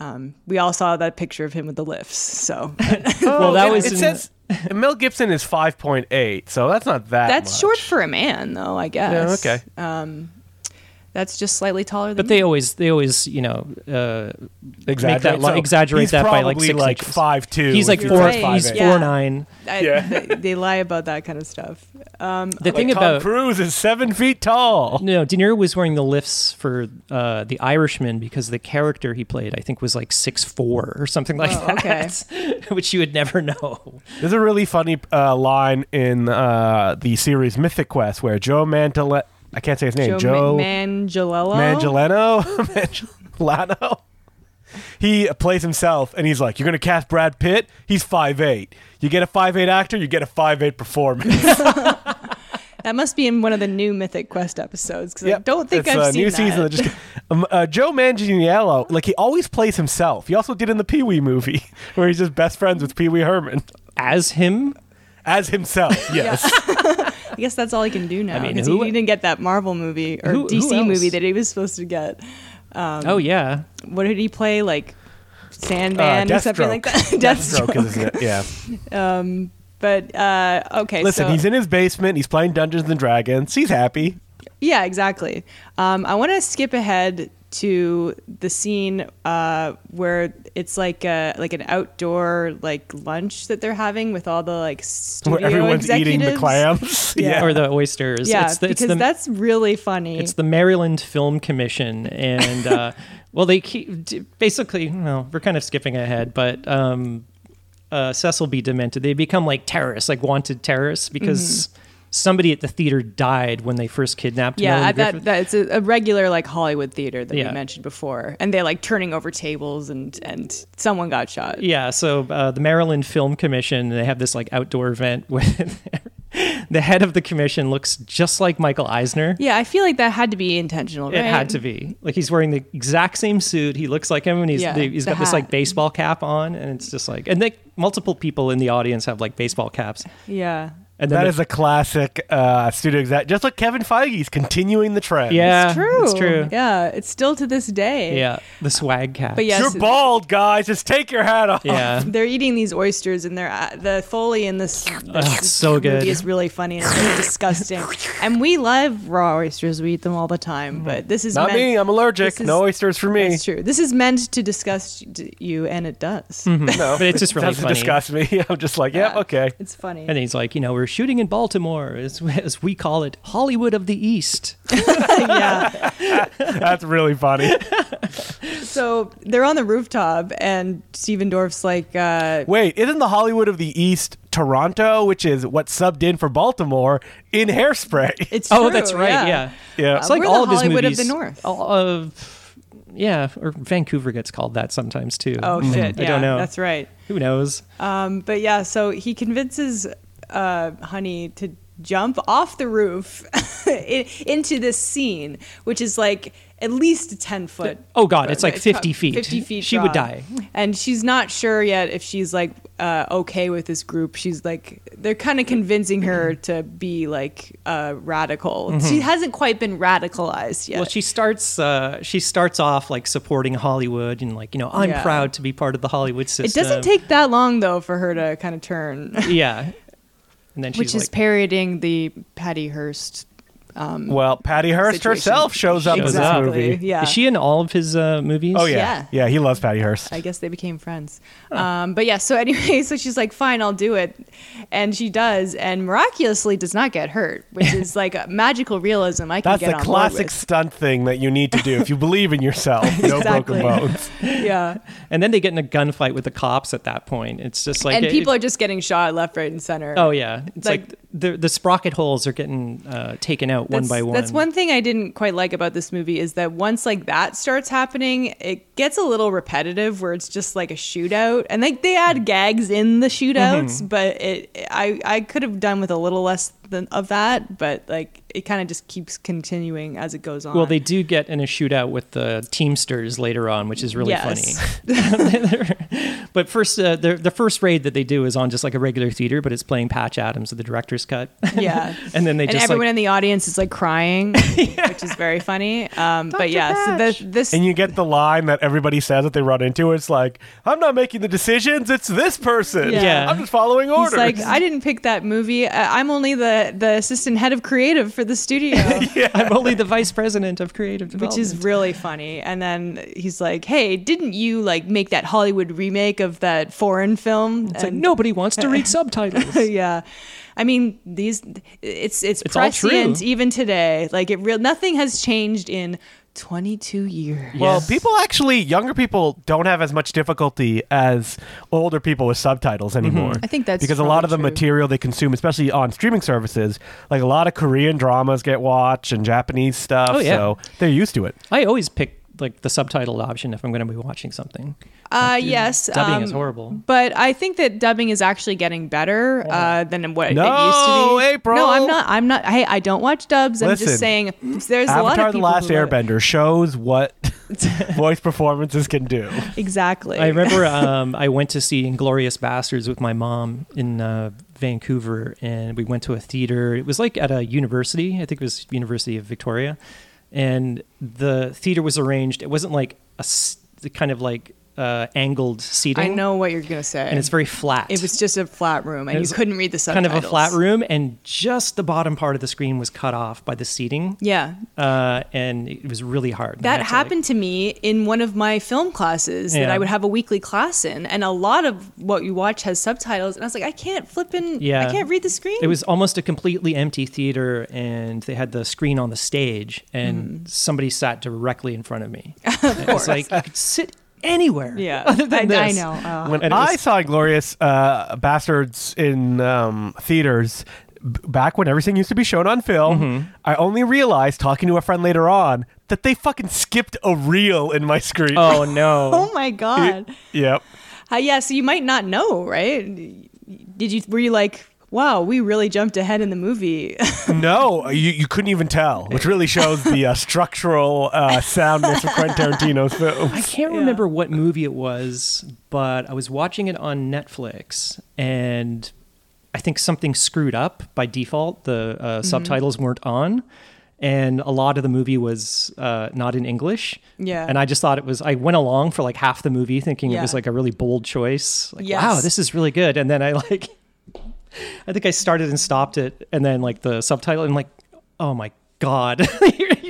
Speaker 1: Um, we all saw that picture of him with the lifts. So Oh,
Speaker 3: Well, that
Speaker 2: it,
Speaker 3: was
Speaker 2: It
Speaker 3: in-
Speaker 2: says Mel Gibson is five point eight, so that's not that.
Speaker 1: that's
Speaker 2: much.
Speaker 1: short for a man, though, I guess.
Speaker 2: okay.
Speaker 1: Um, that's just slightly taller than
Speaker 3: But they always they always you know uh,
Speaker 2: Exaggerate,
Speaker 3: make that lo-
Speaker 2: so
Speaker 3: exaggerate
Speaker 2: he's
Speaker 3: that by like
Speaker 2: probably
Speaker 3: six
Speaker 2: like
Speaker 3: inches.
Speaker 2: five two.
Speaker 3: he's like
Speaker 1: You're
Speaker 3: four
Speaker 1: right.
Speaker 3: he's
Speaker 1: Yeah.
Speaker 3: four nine.
Speaker 1: I, they, they lie about that kind of stuff. Um,
Speaker 3: The thing
Speaker 2: Tom
Speaker 3: about
Speaker 2: Cruise is seven feet tall.
Speaker 3: No, De Niro was wearing the lifts for uh, the Irishman because the character he played, I think, was like six four or something like
Speaker 1: Oh, okay.
Speaker 3: that, which you would never know.
Speaker 2: There's a really funny uh, line in uh, the series Mythic Quest where Joe Mantele- I can't say his name.
Speaker 1: Joe
Speaker 2: Joe,
Speaker 1: Man- Manganiello.
Speaker 2: Mangeleno. Mangelano. He plays himself, and he's like, "You're gonna cast Brad Pitt? He's 5'8". You get a 5'8 actor, you get a 5'8 performance.
Speaker 1: That must be in one of the new Mythic Quest episodes because I
Speaker 2: Yep.
Speaker 1: don't think
Speaker 2: it's
Speaker 1: I've
Speaker 2: a
Speaker 1: seen
Speaker 2: new
Speaker 1: that.
Speaker 2: season. That just um, uh, Joe Manganiello, like he always plays himself. He also did in the Pee Wee movie, where he's just best friends with Pee Wee Herman
Speaker 3: as him.
Speaker 2: as himself. Yes,
Speaker 1: I guess that's all he can do now.
Speaker 3: mean,
Speaker 1: 'cause
Speaker 3: who-
Speaker 1: he didn't get that Marvel movie or
Speaker 3: Who- who
Speaker 1: DC movie
Speaker 3: else?
Speaker 1: that he was supposed to get. Um,
Speaker 3: oh yeah,
Speaker 1: What did he play? Like Sandman or something like that.
Speaker 2: Uh, Deathstroke,
Speaker 1: Deathstroke.
Speaker 2: is it? Yeah.
Speaker 1: Um, but uh, okay.
Speaker 2: Listen,
Speaker 1: so,
Speaker 2: he's in his basement. He's playing Dungeons and Dragons. He's happy.
Speaker 1: Yeah, exactly. Um, I want to skip ahead to the scene uh, where it's like a, like an outdoor like lunch that they're having with all the like studio
Speaker 2: Where everyone's
Speaker 1: executives.
Speaker 2: eating the clams. yeah.
Speaker 3: or the oysters.
Speaker 1: Yeah,
Speaker 3: it's the, it's
Speaker 1: because
Speaker 3: the,
Speaker 1: that's really funny.
Speaker 3: It's the Maryland Film Commission, and uh, well, they keep d- basically. Well, we're kind of skipping ahead, but um, uh, Cecil B. Demented. They become like terrorists, like wanted terrorists, because somebody at the theater died when they first kidnapped.
Speaker 1: Mm-hmm. yeah,
Speaker 3: Melanie
Speaker 1: I- that,
Speaker 3: Griffith.
Speaker 1: that it's a, a regular like Hollywood theater that
Speaker 3: Yeah.
Speaker 1: we mentioned before, and they're like turning over tables and and someone got shot.
Speaker 3: Yeah, so uh, the Maryland Film Commission, they have this like outdoor event where the head of the commission looks just like Michael Eisner.
Speaker 1: Yeah, I feel like that had to be intentional.
Speaker 3: It had to be like he's wearing the exact same suit. He looks like him, and he's
Speaker 1: Yeah,
Speaker 3: the, he's
Speaker 1: the
Speaker 3: got this like
Speaker 1: hat.
Speaker 3: baseball cap on, and it's just like and like multiple people in the audience have like baseball caps,
Speaker 1: Yeah.
Speaker 3: and then
Speaker 2: That
Speaker 3: the-
Speaker 2: is a classic uh, studio exec. Just like Kevin Feige's continuing the trend.
Speaker 3: yeah,
Speaker 1: It's true.
Speaker 3: it's true, yeah.
Speaker 1: Yeah, it's still to this day.
Speaker 3: the swag cap,
Speaker 1: But yes,
Speaker 2: You're bald, guys. Just take your hat off.
Speaker 3: yeah,
Speaker 1: they're eating these oysters and they're uh, the foley in this, this,
Speaker 3: it's so
Speaker 1: movie
Speaker 3: good.
Speaker 1: is really funny and it's really disgusting. And we love raw oysters; we eat them all the time. But this is
Speaker 2: Not
Speaker 1: meant-
Speaker 2: me. I'm allergic.
Speaker 1: this is-
Speaker 2: no oysters for me.
Speaker 1: That's true. This is meant to disgust d- you, and it does.
Speaker 2: No.
Speaker 3: but it's just really
Speaker 2: doesn't
Speaker 3: funny.
Speaker 2: disgust me. I'm just like, yep,
Speaker 1: Yeah.
Speaker 2: okay.
Speaker 1: It's funny.
Speaker 3: And he's like, you know, we're shooting in Baltimore, as, as we call it, Hollywood of the East.
Speaker 1: yeah.
Speaker 2: That's really funny.
Speaker 1: So they're on the rooftop, and Steven Dorff's like, uh,
Speaker 2: Wait, isn't the Hollywood of the East Toronto, which is what subbed in for Baltimore, in hairspray?
Speaker 1: "It's
Speaker 3: oh,
Speaker 1: true, Uh,
Speaker 3: that's right, yeah,
Speaker 2: Yeah.
Speaker 3: It's like
Speaker 1: We're the
Speaker 3: all of his
Speaker 1: Hollywood of
Speaker 3: movies. Oh,
Speaker 1: the North.
Speaker 3: all of- yeah, or Vancouver gets called that sometimes too. Mm.
Speaker 1: Oh
Speaker 2: Mm-hmm.
Speaker 1: shit!
Speaker 3: I
Speaker 1: Yeah,
Speaker 3: don't know.
Speaker 1: That's right.
Speaker 3: Who knows?
Speaker 1: Um, but yeah, so he convinces uh, Honey to jump off the roof i into this scene, which is like at least ten foot.
Speaker 3: Oh, God, it's like 50
Speaker 1: prob-
Speaker 3: feet.
Speaker 1: Fifty feet.
Speaker 3: She
Speaker 1: broad.
Speaker 3: would die.
Speaker 1: and she's not sure yet if she's like uh, okay with this group. She's like they're kind of convincing her to be like uh, radical. She hasn't quite been radicalized yet.
Speaker 3: Mm-hmm. Well, she starts. Uh, she starts off like supporting Hollywood and like you know, I'm
Speaker 1: Yeah.
Speaker 3: proud to be part of the Hollywood
Speaker 1: it
Speaker 3: system.
Speaker 1: doesn't take that long though for her to kind of turn.
Speaker 3: Yeah, and then she's
Speaker 1: which is
Speaker 3: like,
Speaker 1: parodying the Patty Hearst.
Speaker 2: well, Patty Hearst
Speaker 1: Situation.
Speaker 2: herself shows up
Speaker 1: exactly.
Speaker 2: in this movie.
Speaker 1: Yeah.
Speaker 3: is she in all of his uh, movies?
Speaker 2: Oh, yeah.
Speaker 1: Yeah.
Speaker 2: yeah. he loves Patty Hearst.
Speaker 1: I guess they became friends. Um, but yeah, so anyway, so she's like, fine, I'll do it. And she does, and miraculously does not get hurt, which is like a magical realism. I can
Speaker 2: That's
Speaker 1: get
Speaker 2: the
Speaker 1: on board
Speaker 2: classic stunt thing that you need to do if you believe in yourself. No
Speaker 1: Exactly.
Speaker 2: broken bones.
Speaker 1: with. Yeah.
Speaker 3: And then they get in a gunfight with the cops at that point. It's just like
Speaker 1: and
Speaker 3: it-
Speaker 1: people are just getting shot left, right, and center.
Speaker 3: Oh yeah, it's like,
Speaker 1: like-
Speaker 3: the the sprocket holes are getting uh, taken out one
Speaker 1: That's-
Speaker 3: by one.
Speaker 1: That's one thing I didn't quite like about this movie is that once like that starts happening, it gets a little repetitive where it's just like a shootout, and like they add gags in the shootouts,
Speaker 3: Mm-hmm.
Speaker 1: but it I I could have done with a little less than of that, but like it kind of just keeps continuing as it goes on.
Speaker 3: Well, they do get in a shootout with the Teamsters later on, which is really
Speaker 1: Yes.
Speaker 3: funny. but first, uh, the the first raid that they do is on just like a regular theater, but it's playing Patch Adams of the director's cut.
Speaker 1: yeah.
Speaker 3: and then they
Speaker 1: and
Speaker 3: just
Speaker 1: everyone
Speaker 3: like,
Speaker 1: in the audience is like crying, which is very funny. Um, but yeah, so the, this
Speaker 2: And you get the line that everybody says that they run into. It's like, I'm not making the decisions. It's this person.
Speaker 1: Yeah.
Speaker 3: Yeah.
Speaker 2: I'm just following orders.
Speaker 1: He's like, I didn't pick that movie. I- I'm only the the assistant head of creative for the studio,
Speaker 3: I'm only the vice president of creative
Speaker 1: which
Speaker 3: development.
Speaker 1: is really funny. And then he's like, Hey, didn't you like make that Hollywood remake of that foreign film?
Speaker 3: it's like nobody wants to read subtitles.
Speaker 1: yeah. I mean, these it's it's,
Speaker 3: It's all true.
Speaker 1: prescient even today. Like it real nothing has changed in 22 years.
Speaker 2: Well,
Speaker 3: Yes.
Speaker 2: people actually, younger people don't have as much difficulty as older people with subtitles anymore.
Speaker 1: I think that's
Speaker 2: because a lot of the
Speaker 1: probably true.
Speaker 2: material they consume, especially on streaming services, like a lot of Korean dramas get watched and Japanese stuff.
Speaker 3: Oh, yeah.
Speaker 2: So they're used to it.
Speaker 3: I always pick like the subtitled option if I'm going to be watching something.
Speaker 1: Uh,
Speaker 3: Dude,
Speaker 1: yes.
Speaker 3: dubbing
Speaker 1: um,
Speaker 3: is horrible.
Speaker 1: But I think that dubbing is actually getting better uh, than what it used to
Speaker 2: Oh. No,
Speaker 1: be.
Speaker 2: April!
Speaker 1: No, I'm not. I'm not. Hey, I don't watch dubs. I'm
Speaker 2: Listen,
Speaker 1: just saying there's a lot
Speaker 2: Avatar:
Speaker 1: of
Speaker 2: The
Speaker 1: people
Speaker 2: Last
Speaker 1: who love it.
Speaker 2: Airbender shows what voice performances can do.
Speaker 1: Exactly.
Speaker 3: I remember um, I went to see Inglorious Bastards with my mom in uh, Vancouver, and we went to a theater. It was like at a university. I think it was University of Victoria, and the theater was arranged. It wasn't like a s- the kind of like uh, angled seating.
Speaker 1: I know what you're gonna say.
Speaker 3: and it's very flat.
Speaker 1: It was just a flat room,
Speaker 3: It
Speaker 1: and you
Speaker 3: was
Speaker 1: couldn't read the
Speaker 3: kind
Speaker 1: subtitles.
Speaker 3: of a flat room, and just the bottom part of the screen was cut off by the seating.
Speaker 1: Yeah,
Speaker 3: Uh, and it was really hard. And
Speaker 1: that
Speaker 3: I had to, like-
Speaker 1: happened to me in one of my film classes that
Speaker 3: Yeah.
Speaker 1: I would have a weekly class in, and a lot of what you watch has subtitles, and I was like, I can't flip in.
Speaker 3: Yeah.
Speaker 1: I can't read the screen.
Speaker 3: It was almost a completely empty theater, and they had the screen on the stage, and
Speaker 1: Hmm.
Speaker 3: somebody sat directly in front of me. of It was like you could sit anywhere.
Speaker 1: Yeah,
Speaker 3: other than
Speaker 1: I, I
Speaker 3: this.
Speaker 1: know. uh,
Speaker 2: When
Speaker 3: And it
Speaker 2: I
Speaker 3: was-
Speaker 2: saw Glorious uh, Bastards in um, theaters, b- back when everything used to be shown on film,
Speaker 3: Mm-hmm.
Speaker 2: I only realized talking to a friend later on that they fucking skipped a reel in my screen.
Speaker 3: Oh no!
Speaker 1: oh my god.
Speaker 2: Yep.
Speaker 1: Uh, yeah, so you might not know, right? Did you? Were you like? Wow, we really jumped ahead in the movie.
Speaker 2: No, you, you couldn't even tell, which really shows the uh, structural uh, soundness of Quentin Tarantino's
Speaker 3: I
Speaker 2: films.
Speaker 3: can't remember what movie it was, but I was watching it on Netflix, and I think something screwed up by default. The uh,
Speaker 1: Mm-hmm.
Speaker 3: subtitles weren't on, and a lot of the movie was uh, not in English.
Speaker 1: Yeah.
Speaker 3: and I just thought it was. I went along for like half the movie, thinking it
Speaker 1: Yeah.
Speaker 3: was like a really bold choice. Like,
Speaker 1: Yes.
Speaker 3: wow, this is really good. And then I like, I think I started and stopped it, and then like the subtitle, I'm like, oh my. God.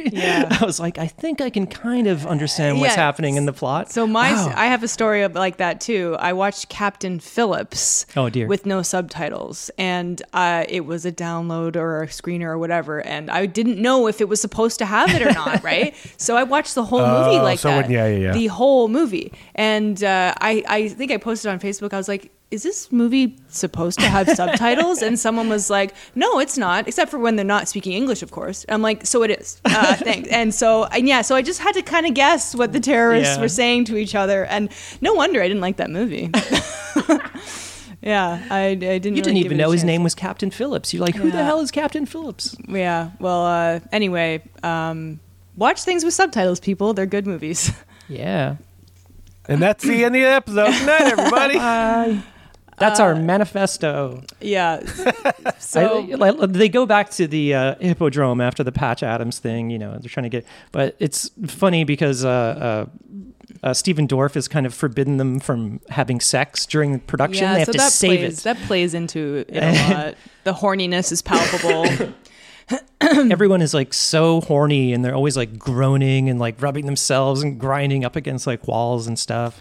Speaker 1: Yeah.
Speaker 3: I was like, I think I can kind of understand what's
Speaker 1: Yeah.
Speaker 3: happening in the plot.
Speaker 1: So my,
Speaker 3: Wow.
Speaker 1: I have a story of- like that too. I watched Captain Phillips.
Speaker 3: Oh, dear.
Speaker 1: With no subtitles, and uh, it was a download or a screener or whatever, and I didn't know if it was supposed to have it or not, right? So I watched the whole movie
Speaker 2: Oh,
Speaker 1: like
Speaker 2: so
Speaker 1: that.
Speaker 2: when- yeah, yeah, yeah.
Speaker 1: The whole movie, and uh, I, I think I posted on Facebook. I was like. Is this movie supposed to have subtitles? And someone was like, "No, it's not, except for when they're not speaking English, of course." I'm like, "So it is." Uh, thanks. And so, and yeah, so I just had to kind of guess what the terrorists
Speaker 3: Yeah.
Speaker 1: were saying saying to each other, and no wonder I didn't like that movie. yeah, I, I didn't.
Speaker 3: You didn't
Speaker 1: really give
Speaker 3: even
Speaker 1: it a
Speaker 3: know his
Speaker 1: chance.
Speaker 3: name was Captain Phillips. You're like, who the
Speaker 1: Yeah.
Speaker 3: hell is Captain Phillips?
Speaker 1: Yeah. Well, uh, anyway, um, watch things with subtitles, people. They're good movies.
Speaker 3: Yeah.
Speaker 2: And that's the end of the episode. Good night, everybody.
Speaker 3: That's our manifesto.
Speaker 1: yeah. Uh, So
Speaker 3: I- I- they go back to the uh, hippodrome after the Patch Adams thing. You know, they're trying to get. But it's funny because uh, uh, uh, Stephen Dorff has kind of forbidden them from having sex during the production.
Speaker 1: yeah,
Speaker 3: they have
Speaker 1: so
Speaker 3: to
Speaker 1: that
Speaker 3: save
Speaker 1: plays
Speaker 3: it.
Speaker 1: that plays into it a lot. The horniness is palpable.
Speaker 3: Everyone is like so horny, and they're always like groaning and like rubbing themselves and grinding up against like walls and stuff.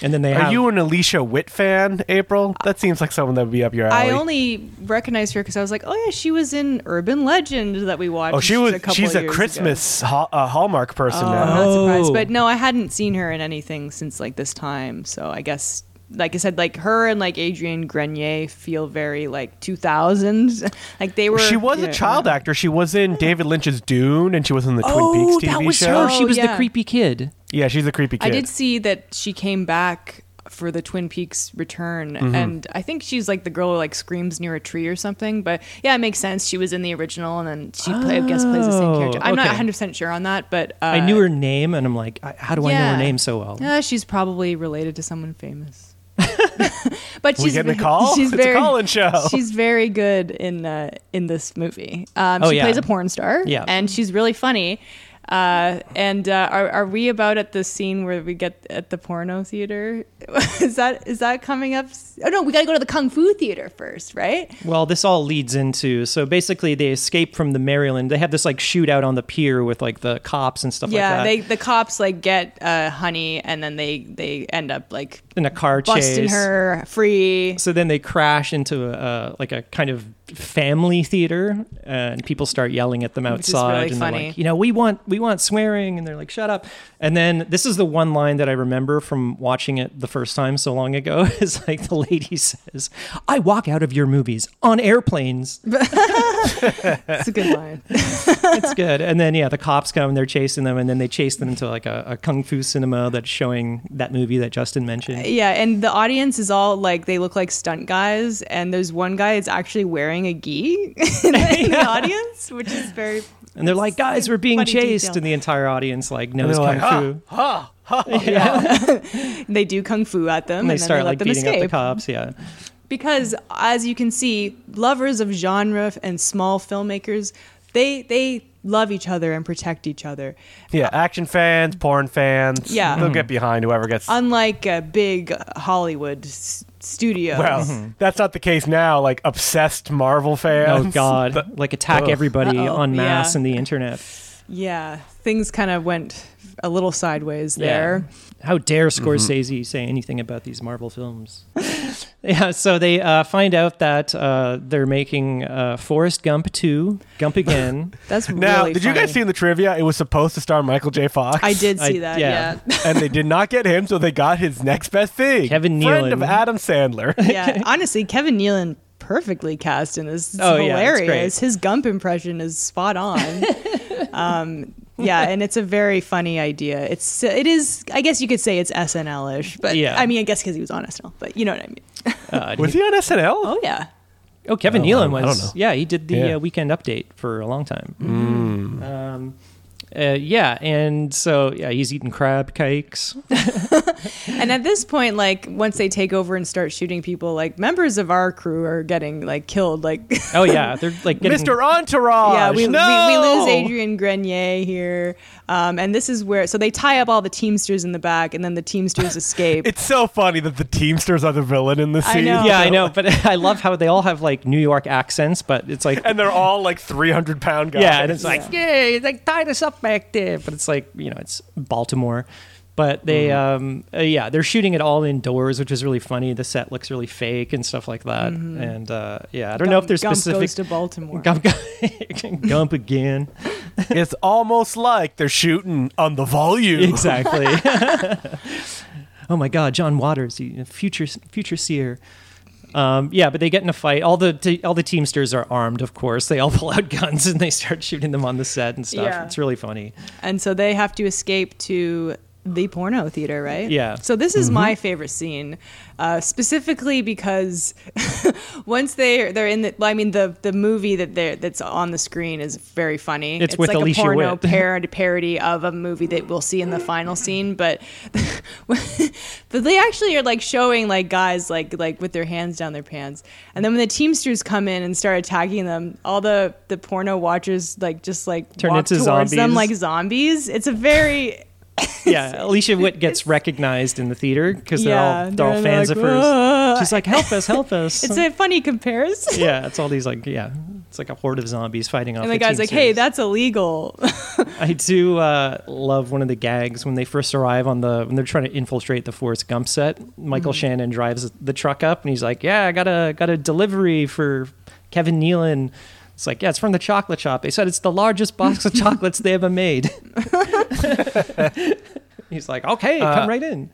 Speaker 3: And then they
Speaker 2: Are
Speaker 3: have
Speaker 2: you an Alicia Witt fan, April? That seems like someone that would be up your
Speaker 1: I
Speaker 2: alley.
Speaker 1: only recognized her because I was like, oh yeah, she was in Urban Legend that we watched.
Speaker 2: oh, she was.
Speaker 1: A couple
Speaker 2: she's
Speaker 1: of
Speaker 2: a
Speaker 1: years ago.
Speaker 2: Christmas ha- uh, Hallmark person
Speaker 1: Oh,
Speaker 2: now.
Speaker 1: I'm not
Speaker 3: Oh.
Speaker 1: surprised. But no, I hadn't seen her in anything since like this time. So I guess, like I said, like her and like Adrienne Grenier feel very like 2000s. Like they were.
Speaker 2: She was
Speaker 1: yeah.
Speaker 2: a child actor. She was in David Lynch's Dune, and she was in the Twin
Speaker 3: Oh,
Speaker 2: Peaks TV
Speaker 3: that was
Speaker 2: show.
Speaker 3: her. She
Speaker 1: Oh,
Speaker 3: was the
Speaker 1: yeah.
Speaker 3: creepy kid.
Speaker 2: Yeah, she's a creepy
Speaker 1: I
Speaker 2: kid.
Speaker 1: did see that she came back for the Twin Peaks return,
Speaker 3: Mm-hmm.
Speaker 1: and I think she's like the girl who like screams near a tree or something. But yeah, it makes sense. She was in the original, and then she play, I guess plays the same character. I'm not
Speaker 3: Oh, okay.
Speaker 1: 100 percent sure on that, but uh,
Speaker 3: I knew her name, and I'm like, I, how do I know her
Speaker 1: Yeah.
Speaker 3: name so well?
Speaker 1: Uh, she's probably related to someone famous. but
Speaker 2: We
Speaker 1: she's
Speaker 2: getting a
Speaker 1: ve-
Speaker 2: call?
Speaker 1: She's
Speaker 2: It's a
Speaker 1: very,
Speaker 2: call-in show.
Speaker 1: She's very good in uh, in this movie. Um,
Speaker 3: Oh,
Speaker 1: she
Speaker 3: yeah.
Speaker 1: plays a porn star.
Speaker 3: Yeah.
Speaker 1: and she's really funny. Uh, and uh, are are we about at the scene where we get at the porno theater? is that is that coming up? s- Oh no, we got to go to the kung fu theater first, right?
Speaker 3: Well, this all leads into so basically they escape from the Maryland. They have this like shootout on the pier with like the cops and stuff
Speaker 1: yeah,
Speaker 3: like that.
Speaker 1: they the cops like get uh, honey, and then they they end up like
Speaker 3: in a car
Speaker 1: busting
Speaker 3: chase.
Speaker 1: her free.
Speaker 3: So then they crash into a, uh, like a kind of family theater, and people start yelling at them
Speaker 1: is
Speaker 3: outside.
Speaker 1: really
Speaker 3: and they're
Speaker 1: funny.
Speaker 3: like, you know, we want we we want swearing, and they're like, shut up. And then this is the one line that I remember from watching it the first time so long ago. Is like the lady says, "I walk out of your movies on airplanes."
Speaker 1: It's a good line.
Speaker 3: It's good. And then yeah, the cops come, they're chasing them, and then they chase them into like a, a kung fu cinema that's showing that movie that Justin mentioned.
Speaker 1: Yeah, and the audience is all like they look like stunt guys, and there's one guy that's actually wearing a gi in the in the audience, which is very.
Speaker 3: And they're like, "Guys, we're being
Speaker 1: Funny
Speaker 3: chased,"
Speaker 1: detail.
Speaker 3: and the entire audience like knows
Speaker 2: they're
Speaker 3: kung
Speaker 2: like, "Ah!"
Speaker 3: fu.
Speaker 1: They do kung fu at them,
Speaker 3: And
Speaker 1: and,
Speaker 3: they
Speaker 1: then
Speaker 3: start
Speaker 1: they let
Speaker 3: like
Speaker 1: them
Speaker 3: beating up the
Speaker 1: escape.
Speaker 3: cops. Yeah.
Speaker 1: because as you can see lovers of genre and small filmmakers they they love each other and protect each other
Speaker 2: Yeah, action fans, porn fans.
Speaker 1: Yeah.
Speaker 2: they'll get behind whoever gets.
Speaker 1: unlike uh, big hollywood s- Mm-hmm. studios
Speaker 2: well,
Speaker 3: mm-hmm.
Speaker 2: that's not the case now. Like obsessed Marvel fans.
Speaker 3: Oh God! like attack everybody
Speaker 1: Uh-oh.
Speaker 3: on mass
Speaker 1: Yeah.
Speaker 3: and the internet.
Speaker 1: yeah things kind of went a little sideways there
Speaker 3: Yeah. How dare
Speaker 2: Mm-hmm.
Speaker 3: Scorsese say anything about these Marvel films? yeah. So they uh, find out that uh, they're making uh, Forrest Gump two, Gump again.
Speaker 1: that's
Speaker 2: Now,
Speaker 1: really
Speaker 2: did you guys see
Speaker 1: funny.
Speaker 2: in the trivia? It was supposed to star Michael J. Fox.
Speaker 1: i did see
Speaker 3: I-
Speaker 1: that
Speaker 3: yeah.
Speaker 1: yeah yeah,
Speaker 2: and they did not get him, so they got his next best thing.
Speaker 3: Kevin
Speaker 2: friend of
Speaker 3: Nealon.
Speaker 2: Adam Sandler.
Speaker 1: honestly kevin nealon perfectly cast in this it's
Speaker 3: Oh, yeah, it's
Speaker 1: hilarious
Speaker 3: great.
Speaker 1: his gump impression is spot on Um, yeah, and it's a very funny idea. It's it is. I guess you could say it's SNL ish, but
Speaker 3: Yeah.
Speaker 1: I mean, I guess because he was on SNL, but you know what I mean.
Speaker 3: Uh,
Speaker 2: was he on SNL?
Speaker 1: Oh yeah,
Speaker 3: Oh, Kevin
Speaker 2: Oh, I
Speaker 3: Nealon
Speaker 2: don't- I
Speaker 3: was.
Speaker 2: don't know.
Speaker 3: Yeah, he did the
Speaker 2: Yeah. Mm.
Speaker 3: Uh, weekend update for a long time. Um, uh, yeah, and so yeah, he's eating crab cakes.
Speaker 1: and at this point, like once they take over and start shooting people, like members of our crew are getting like killed. Like
Speaker 3: Oh yeah, they're like getting,
Speaker 2: Mr. Entourage.
Speaker 1: yeah, we,
Speaker 2: no!
Speaker 1: we, we lose Adrian Grenier here, um, and this is where so they tie up all the Teamsters in the back, and then the Teamsters escape.
Speaker 2: It's so funny that the Teamsters are the villain in the
Speaker 1: I
Speaker 2: scene.
Speaker 1: know.
Speaker 3: Yeah, I know, but I love how they all have like New York accents, but it's like
Speaker 2: And they're all like 300 pound guys.
Speaker 3: yeah, and it's like
Speaker 1: Yeah.
Speaker 3: yeah, it's like tied us up back there, but it's like you know it's Baltimore. But they, um, uh, yeah, they're shooting it all indoors, which is really funny. The set looks really fake and stuff like that. And uh, yeah, I don't know if there's
Speaker 1: Gump
Speaker 3: specific.
Speaker 1: Mm-hmm. goes to Baltimore.
Speaker 3: Gump, Gump again.
Speaker 2: it's almost like they're shooting on the volume.
Speaker 3: Exactly. oh my God, John Waters, he- future future seer. Um, yeah, but they get in a fight. All the te- all the Teamsters are armed, of course. They all pull out guns and they start shooting them on the set and stuff.
Speaker 1: Yeah.
Speaker 3: It's really funny.
Speaker 1: and so they have to escape to the porno theater, right?
Speaker 3: Yeah. Mm-hmm.
Speaker 1: So this is my favorite scene, uh, specifically because once they they're in the, well, I mean the the movie that they are that's on the screen is very funny.
Speaker 3: It's with
Speaker 1: like
Speaker 3: Alicia
Speaker 1: a porno
Speaker 3: Witt.
Speaker 1: parod- parody of a movie that we'll see in the final scene, but but they actually are like showing like guys like like with their hands down their pants, and then when the Teamsters come in and start attacking them, all the the porno watchers like just like
Speaker 3: Turn
Speaker 1: walk
Speaker 3: into
Speaker 1: towards them
Speaker 3: zombies.
Speaker 1: like zombies. It's a very
Speaker 3: Yeah, Alicia Witt gets recognized in the theater because they're
Speaker 1: Yeah,
Speaker 3: all they're all
Speaker 1: they're
Speaker 3: fans
Speaker 1: like,
Speaker 3: of hers.
Speaker 1: "Whoa."
Speaker 3: She's like, "Help us, help us!"
Speaker 1: it's a funny comparison.
Speaker 3: yeah, it's all these like yeah, it's like a horde of zombies fighting off.
Speaker 1: And the guy's like, "Hey,
Speaker 3: Teamsters."
Speaker 1: that's illegal."
Speaker 3: I do uh, love one of the gags when they first arrive on the when they're trying to infiltrate the Forrest Gump set. Michael
Speaker 1: Mm-hmm.
Speaker 3: Shannon drives the truck up and he's like, "Yeah, I got a got a delivery for Kevin Nealon." It's like, "Yeah, it's from the chocolate shop." They said it's the largest box of chocolates they ever made. he's like, "Okay,
Speaker 1: Uh,
Speaker 3: come right in."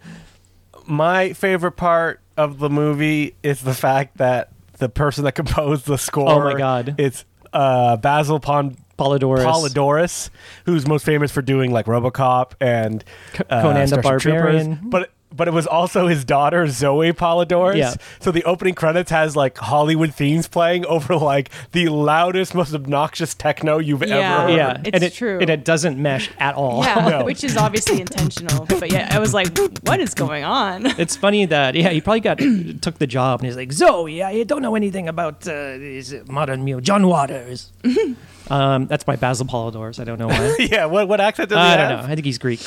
Speaker 2: My favorite part of the movie is the fact that the person that composed the score.
Speaker 3: Oh my God.
Speaker 2: It's uh, Basil Pond.
Speaker 3: Polydorus.
Speaker 2: Polydorus, who's most famous for doing like RoboCop and uh,
Speaker 3: Conan the
Speaker 2: Starship Troopers.
Speaker 3: Barbarian.
Speaker 2: but but it was also his daughter Zoe Polidorus.
Speaker 3: Yeah.
Speaker 2: So the opening credits has like Hollywood themes playing over like the loudest, most obnoxious techno you've
Speaker 1: Yeah.
Speaker 2: ever heard.
Speaker 3: Yeah,
Speaker 1: It's
Speaker 3: and it,
Speaker 1: true.
Speaker 3: and it doesn't mesh at all.
Speaker 1: yeah,
Speaker 2: No.
Speaker 1: which is obviously intentional. But yeah, I was like, "What is going on?"
Speaker 3: It's funny that yeah, he probably got took the job and he's like Zoe. I don't know anything about uh, these modern music. John Waters. um, that's my Basil Polidorus. I don't know why.
Speaker 2: Oh, Yeah, what what accent does he
Speaker 3: I
Speaker 2: have?
Speaker 3: don't know. I think he's Greek.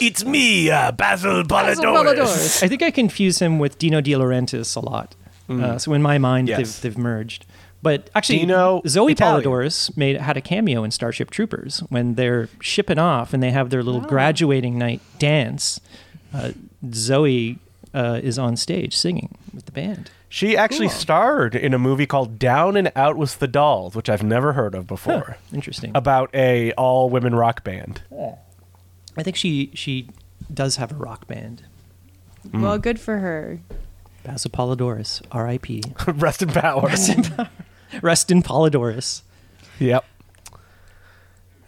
Speaker 2: It's me, uh, Basil Polidorus.
Speaker 3: I think I confuse him with Dino De Laurentiis a lot. Uh, so in my mind,
Speaker 2: Mm. Yes.
Speaker 3: they've, they've merged. But actually,
Speaker 2: Dino,
Speaker 3: Zoe
Speaker 2: Italian.
Speaker 3: Polidorus made had a cameo in Starship Troopers when they're shipping off and they have their little graduating night dance. Uh, Zoe uh, is on stage singing with the band.
Speaker 2: She actually
Speaker 1: Cool.
Speaker 2: starred in a movie called Down and Out with the Dolls, which I've never heard of before.
Speaker 3: Interesting.
Speaker 2: About a all women rock band.
Speaker 3: I think she she does have a rock band. Mm.
Speaker 1: Well, good for her.
Speaker 3: Basil Polidorus, R.I.P.
Speaker 2: Rest in power.
Speaker 3: Rest in Polidorus.
Speaker 2: yep.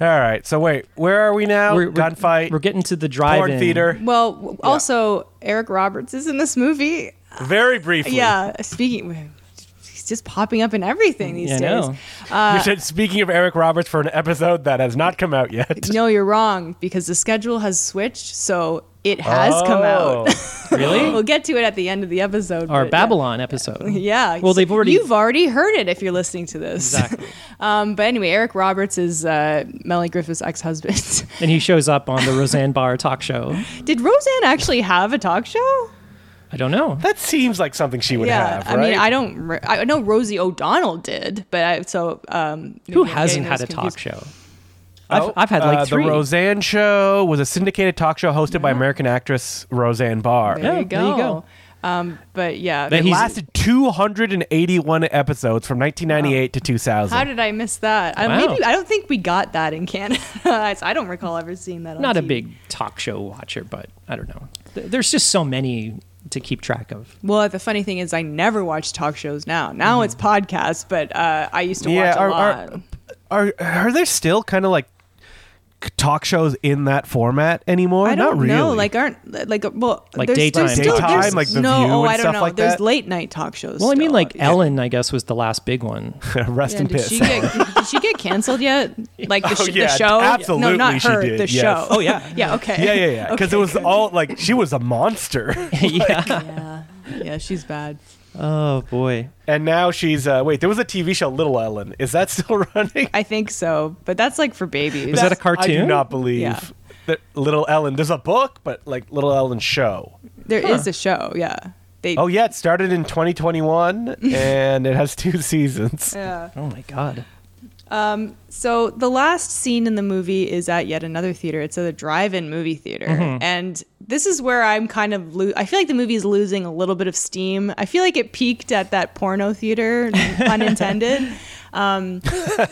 Speaker 2: All right. So wait, where are we now? Oh, Gunfight.
Speaker 3: We're getting to the drive-in
Speaker 2: porn theater.
Speaker 1: Well, w also Eric Roberts is in this movie.
Speaker 2: Very briefly.
Speaker 1: Yeah, speaking, he's just popping up in everything these
Speaker 3: Mm, Yeah, I
Speaker 1: days.
Speaker 3: know.
Speaker 1: uh,
Speaker 2: You said speaking of Eric Roberts for an episode that has not come out yet.
Speaker 1: No, you're wrong because the schedule has switched, so it has come
Speaker 2: Oh.
Speaker 1: out.
Speaker 3: Oh, Really?
Speaker 1: we'll get to it at the end of the episode. but
Speaker 3: Our
Speaker 1: yeah.
Speaker 3: Babylon episode.
Speaker 1: Yeah.
Speaker 3: Well, they've already.
Speaker 1: You've already heard it if you're listening to this.
Speaker 3: Exactly.
Speaker 1: um, but anyway, Eric Roberts is uh, Melanie Griffith's ex-husband.
Speaker 3: and he shows up on the Roseanne Barr talk show.
Speaker 1: Did Roseanne actually have a talk show?
Speaker 3: I don't know.
Speaker 2: That seems like something she would
Speaker 1: yeah.
Speaker 2: have, right?
Speaker 1: I mean, I don't. Re- I know Rosie O'Donnell did, but I, so um, maybe
Speaker 3: Who
Speaker 1: I'm
Speaker 3: hasn't
Speaker 1: getting
Speaker 3: had a
Speaker 1: those
Speaker 3: talk
Speaker 1: confused.
Speaker 3: show? I've, I've had
Speaker 2: Uh,
Speaker 3: like three.
Speaker 2: The Roseanne Show was a syndicated talk show hosted by American actress Roseanne Barr.
Speaker 1: There
Speaker 3: Yeah,
Speaker 1: you go.
Speaker 3: there you go.
Speaker 1: Um, but yeah,
Speaker 3: But
Speaker 2: It
Speaker 3: he's-
Speaker 2: lasted 281 episodes from 1998 to 2000.
Speaker 1: How did I miss that? I,
Speaker 3: Wow.
Speaker 1: Maybe I don't think we got that in Canada. I don't recall ever seeing that. On
Speaker 3: Not a
Speaker 1: TV.
Speaker 3: big talk show watcher, but I don't know. Th- There's just so many to keep track of.
Speaker 1: Well, the funny thing is, I never watch talk shows now. Now
Speaker 3: Mm-hmm.
Speaker 1: it's podcasts, but uh, I used to watch a
Speaker 2: are,
Speaker 1: lot.
Speaker 2: are are are there still kind of like talk shows in that format anymore?
Speaker 1: I don't
Speaker 2: Not really.
Speaker 1: know. Like, aren't like well,
Speaker 3: Like
Speaker 1: there's,
Speaker 3: daytime
Speaker 1: there's still,
Speaker 2: Daytime,
Speaker 1: there's-
Speaker 2: like The
Speaker 1: no,
Speaker 2: View
Speaker 1: oh,
Speaker 2: and
Speaker 1: I don't
Speaker 2: stuff
Speaker 1: know.
Speaker 2: like
Speaker 1: there's
Speaker 2: that?
Speaker 1: late night talk shows.
Speaker 3: Well, I mean,
Speaker 1: still.
Speaker 3: like
Speaker 1: Yeah.
Speaker 3: Ellen, I guess, was the last big one.
Speaker 2: rest
Speaker 1: Yeah,
Speaker 2: in
Speaker 1: did
Speaker 2: piss.
Speaker 1: she get? did she get canceled yet? Like the, sh-
Speaker 2: yeah,
Speaker 1: the show? no,
Speaker 2: absolutely
Speaker 1: not
Speaker 2: she
Speaker 1: her.
Speaker 2: did,
Speaker 1: the
Speaker 2: yes.
Speaker 1: show.
Speaker 3: Oh, yeah.
Speaker 1: yeah. Okay.
Speaker 2: yeah, yeah, yeah. Because
Speaker 1: Okay,
Speaker 2: it was
Speaker 1: good.
Speaker 2: all like she was a monster,
Speaker 3: yeah.
Speaker 1: Yeah, yeah. She's bad.
Speaker 3: Oh boy.
Speaker 2: and now she's uh, wait. There was a TV show, Little Ellen. Is that still running?
Speaker 1: I think so, but that's like for babies.
Speaker 3: Was that a
Speaker 2: I do
Speaker 3: cartoon?
Speaker 2: not believe
Speaker 1: Yeah.
Speaker 2: that Little Ellen. There's a book, but like Little Ellen show.
Speaker 1: There is a show, yeah. They
Speaker 2: Oh yeah, it started in 2021 and it has two seasons.
Speaker 1: yeah.
Speaker 3: Oh my god.
Speaker 1: So the last scene in the movie is at yet another theater. It's at a drive-in movie theater, and this is where I'm kind of lo- I feel like the movie is losing a little bit of steam. I feel like it peaked at that porno theater, pun intended. Um,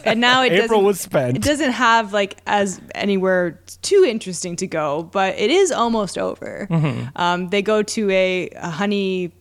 Speaker 1: and now it
Speaker 2: April
Speaker 1: doesn't-
Speaker 2: was spent.
Speaker 1: It doesn't have like as anywhere too interesting to go, but it is almost over. Um, they go to a, a honey.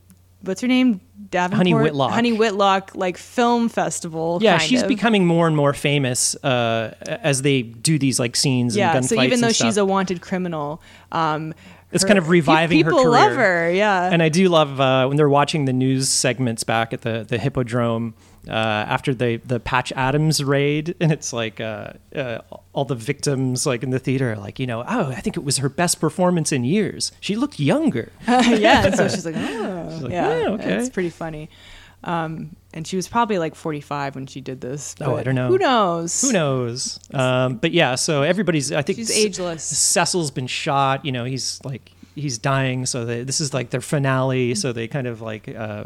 Speaker 1: What's her name? Davenport.
Speaker 3: Whitlock.
Speaker 1: Honey Whitlock, like film festival.
Speaker 3: Yeah,
Speaker 1: kind
Speaker 3: she's
Speaker 1: of.
Speaker 3: becoming more and more famous uh, as they do these like scenes
Speaker 1: yeah.
Speaker 3: and gunfights.
Speaker 1: so even though
Speaker 3: and
Speaker 1: she's a
Speaker 3: stuff.
Speaker 1: wanted criminal, um,
Speaker 3: it's kind of reviving
Speaker 1: people
Speaker 3: her career.
Speaker 1: love her. Yeah,
Speaker 3: And I do love uh, when they're watching the news segments back at the the Hippodrome uh, after the the Patch Adams raid, and it's like uh, uh, all the victims like in the theater, are like you know, oh, I think it was her best performance in years. She looked younger.
Speaker 1: yeah. And so she's like, oh,
Speaker 3: like,
Speaker 1: yeah,
Speaker 3: "Yeah, okay."
Speaker 1: It's pretty funny. Um, and she was probably like 45 when she did this.
Speaker 3: Oh, I
Speaker 1: but
Speaker 3: don't know.
Speaker 1: Who knows?
Speaker 3: Who knows? Um, but yeah, so everybody's. I think
Speaker 1: She's
Speaker 3: Ce-
Speaker 1: ageless.
Speaker 3: Cecil's been shot. You know, he's like he's dying. So they, this is like their finale. So they kind of like uh,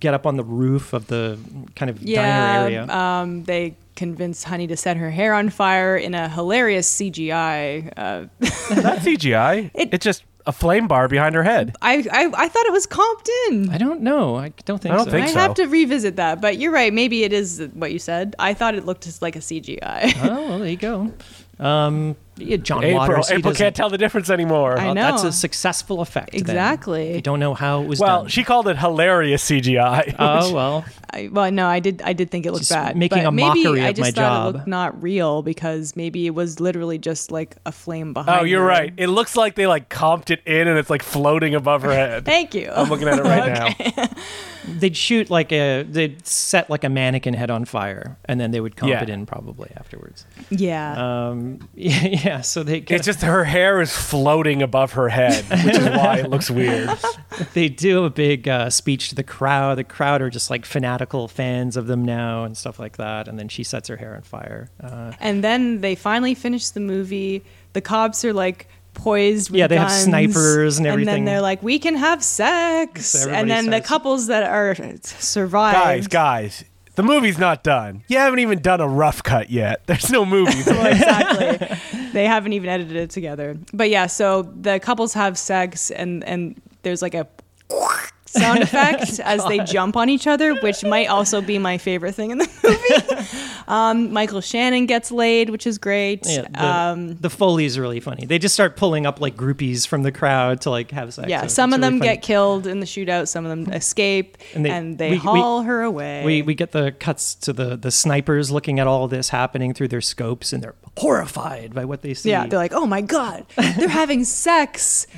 Speaker 3: get up on the roof of the kind of diner area.
Speaker 1: Um, they convinced Honey to set her hair on fire in a hilarious CGI. Uh,
Speaker 2: Not CGI.
Speaker 1: It-
Speaker 2: it's just a flame bar behind her head.
Speaker 1: I, I I thought it was Compton.
Speaker 3: I don't know. I don't think.
Speaker 2: I don't
Speaker 3: so.
Speaker 2: think
Speaker 1: I
Speaker 2: so.
Speaker 1: have to revisit that, but you're right. Maybe it is what you said. I thought it looked just like a CGI.
Speaker 3: Oh well, there you go. Um, yeah, John
Speaker 2: April,
Speaker 3: Waters. he
Speaker 2: April
Speaker 3: doesn't-
Speaker 2: can't tell the difference anymore.
Speaker 1: I
Speaker 3: Well,
Speaker 1: know.
Speaker 3: that's a successful effect. then.
Speaker 1: Exactly.
Speaker 3: I don't know how it was
Speaker 2: well,
Speaker 3: done.
Speaker 2: she called it hilarious CGI.
Speaker 3: Oh
Speaker 2: which-
Speaker 3: well,
Speaker 1: I, well, no, I did. I did think it looked
Speaker 3: Just
Speaker 1: bad.
Speaker 3: making
Speaker 1: but
Speaker 3: a
Speaker 1: maybe
Speaker 3: mockery
Speaker 1: I
Speaker 3: of
Speaker 1: just
Speaker 3: my
Speaker 1: thought
Speaker 3: job.
Speaker 1: it looked not real because maybe it was literally just like a flame behind.
Speaker 2: Oh, you're
Speaker 1: her.
Speaker 2: right. It looks like they like comped it in, and it's like floating above her head.
Speaker 1: Thank you.
Speaker 2: I'm looking at it right now.
Speaker 3: they'd shoot like a they'd set like a mannequin head on fire, and then they would comp
Speaker 2: Yeah.
Speaker 3: it in probably afterwards.
Speaker 1: yeah.
Speaker 2: Uh.
Speaker 3: Um, yeah, yeah, so they
Speaker 2: It's just her hair is floating above her head, which is why it looks weird.
Speaker 3: they do a big uh, speech to the crowd. The crowd are just like fanatical fans of them now and stuff like that. And then she sets her hair on fire. Uh,
Speaker 1: and then they finally finish the movie. The cops are like poised. With
Speaker 3: Yeah, they have
Speaker 1: guns,
Speaker 3: snipers and everything.
Speaker 1: And then they're like, "We can have sex."
Speaker 3: So everybody
Speaker 1: and then the
Speaker 3: starts-
Speaker 1: couples that are uh, survived.
Speaker 2: guys, guys, the movie's not done. You haven't even done a rough cut yet. There's no movie. Like,
Speaker 1: exactly. they haven't even edited it together. But yeah, so the couples have sex and and there's like a
Speaker 3: Oh
Speaker 1: sound effect as they jump on each other, which might also be my favorite thing in the movie. um, Michael Shannon gets laid, which is great.
Speaker 3: Yeah, the,
Speaker 1: um,
Speaker 3: the Foley is really funny. They just start pulling up like groupies from the crowd to like have sex.
Speaker 1: yeah,
Speaker 3: So
Speaker 1: some
Speaker 3: it's
Speaker 1: of
Speaker 3: really
Speaker 1: them
Speaker 3: funny.
Speaker 1: get killed in the shootout. Some of them escape,
Speaker 3: And
Speaker 1: and
Speaker 3: they-
Speaker 1: they,
Speaker 3: we- we-
Speaker 1: haul her away.
Speaker 3: We, we get the cuts to the, the snipers looking at all this happening through their scopes and they're horrified by what they see.
Speaker 1: yeah, they're like, "Oh my god, they're having sex!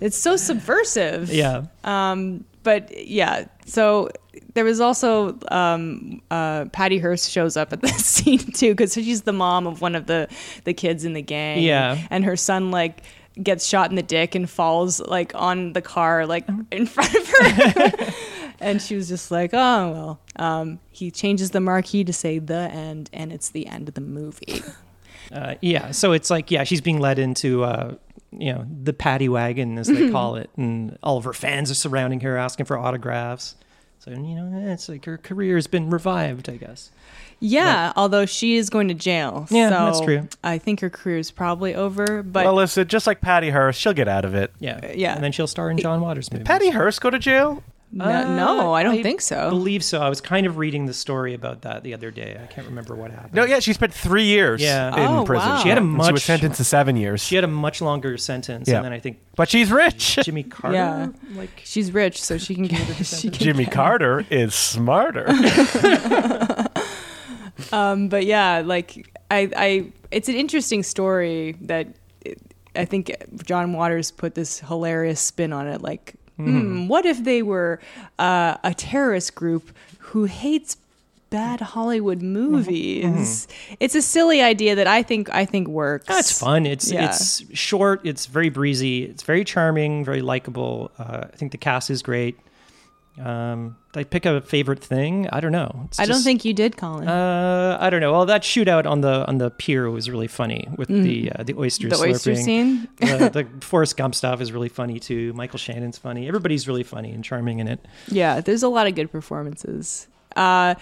Speaker 1: It's so subversive."
Speaker 3: yeah.
Speaker 1: Um, but yeah, so there was also um, uh, Patty Hearst shows up at this scene too because she's the mom of one of the the kids in the gang.
Speaker 3: Yeah.
Speaker 1: and her son like gets shot in the dick and falls like on the car like in front of her. And she was just like, oh, well. Um, he changes the marquee to say the end, and it's the end of the movie.
Speaker 3: Uh, yeah. So it's like, yeah, she's being led into, uh, you know, the paddy wagon, as they call it. And all of her fans are surrounding her asking for autographs. So, you know, it's like her career's been revived, I guess.
Speaker 1: Yeah, although she is going to jail.
Speaker 3: Yeah,
Speaker 1: so
Speaker 3: that's true.
Speaker 1: I think her career is probably over, but
Speaker 2: Melissa, just like Patty Hearst, she'll get out of it.
Speaker 3: Yeah.
Speaker 1: yeah.
Speaker 3: And then she'll star in John Waters' movie.
Speaker 2: Patty Hearst go to jail?
Speaker 1: no, no, I don't think so.
Speaker 3: I believe so. I was kind of reading the story about that the other day. I can't remember what happened.
Speaker 2: No, yeah, she spent three years
Speaker 3: Yeah.
Speaker 2: in
Speaker 1: Oh,
Speaker 2: prison.
Speaker 1: wow.
Speaker 3: She had a
Speaker 2: And She
Speaker 3: much-
Speaker 2: was sentenced to seven years.
Speaker 3: She had a much longer sentence.
Speaker 2: Yeah.
Speaker 3: And then I think
Speaker 2: but she's rich.
Speaker 3: Jimmy Carter,
Speaker 1: Yeah.
Speaker 3: like,
Speaker 1: She's rich, so she can get. she can,
Speaker 2: Jimmy Carter is smarter.
Speaker 1: um, but yeah, like I, I, it's an interesting story that it, I think John Waters put this hilarious spin on it. Like, hmm, what if they were uh, a terrorist group who hates bad Hollywood movies? It's a silly idea that I think I think works.
Speaker 3: That's fun. Oh, It's
Speaker 1: Yeah.
Speaker 3: it's short. It's very breezy. It's very charming. Very likable. Uh, I think the cast is great. Um, did I pick a favorite thing? I don't know. It's
Speaker 1: I don't
Speaker 3: just-
Speaker 1: think you did, Colin.
Speaker 3: Uh, I don't know. Well, that shootout on the on the pier was really funny with the uh, the oysters.
Speaker 1: Mm. the oyster
Speaker 3: slurping. Uh,
Speaker 1: scene.
Speaker 3: the, the Forrest Gump stuff is really funny too. Michael Shannon's funny. Everybody's really funny and charming in it.
Speaker 1: Yeah, there's a lot of good performances. Uh,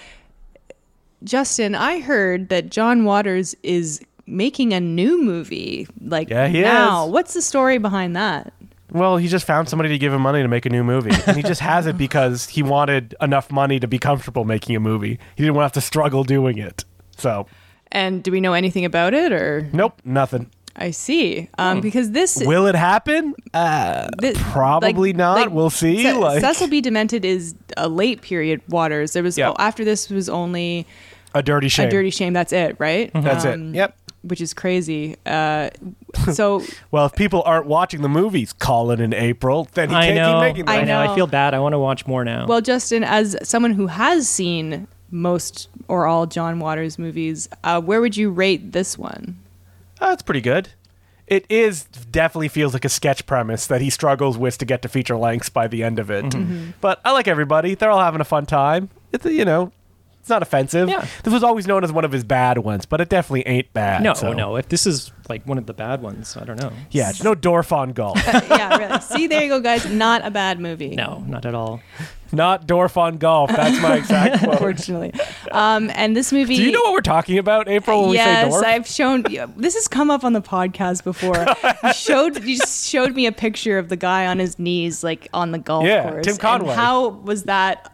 Speaker 1: Justin, I heard that John Waters is making a new movie. Like
Speaker 2: Yeah, he
Speaker 1: now,
Speaker 2: is.
Speaker 1: what's the story behind that?
Speaker 2: well, he just found somebody to give him money to make a new movie. And he just has it because he wanted enough money to be comfortable making a movie. He didn't want to have to struggle doing it. So,
Speaker 1: And do we know anything about it? Or
Speaker 2: nope, nothing.
Speaker 1: I see,
Speaker 2: Hmm.
Speaker 1: um, because this
Speaker 2: Will it happen? Uh,
Speaker 1: thi-
Speaker 2: probably
Speaker 1: like-
Speaker 2: not.
Speaker 1: like,
Speaker 2: we'll see.
Speaker 1: Ce-
Speaker 2: like
Speaker 1: Cecil B. Demented is a late period Waters. There was
Speaker 2: Yeah.
Speaker 1: oh, after this was only
Speaker 2: a dirty shame.
Speaker 1: a Dirty Shame. That's it, right?
Speaker 2: That's
Speaker 1: Um,
Speaker 2: it. Yep.
Speaker 1: Which is crazy. Uh, so
Speaker 2: Well, if people aren't watching the movies, Colin in April, then he
Speaker 3: I
Speaker 2: can't
Speaker 3: know.
Speaker 2: keep making them.
Speaker 1: I
Speaker 3: I know. I
Speaker 1: know.
Speaker 3: feel bad. I want to watch more now.
Speaker 1: Well, Justin, as someone who has seen most or all John Waters movies, uh, where would you rate this one?
Speaker 2: Oh, that's pretty good. It is definitely feels like a sketch premise that he struggles with to get to feature lengths by the end of it.
Speaker 3: Mm-hmm.
Speaker 2: But I like everybody; they're all having a fun time. It's you know, it's not offensive.
Speaker 3: Yeah.
Speaker 2: This was always known as one of his bad ones, but it definitely ain't bad.
Speaker 3: no,
Speaker 2: so.
Speaker 3: no. If this is like one of the bad ones, I don't know.
Speaker 2: Yeah, it's no Dorfon golf.
Speaker 1: Uh, yeah, really. See, there you go, guys. Not a bad movie.
Speaker 3: No, not at all.
Speaker 2: not Dorfon golf. That's my exact quote.
Speaker 1: Unfortunately. Um, and this movie.
Speaker 2: Do you know what we're talking about, April? When
Speaker 1: yes,
Speaker 2: we say Dorf?
Speaker 1: I've shown yeah, this has come up on the podcast before. you showed you just showed me a picture of the guy on his knees, like on the golf
Speaker 2: Yeah,
Speaker 1: course.
Speaker 2: Tim
Speaker 1: And
Speaker 2: Conway.
Speaker 1: how was that?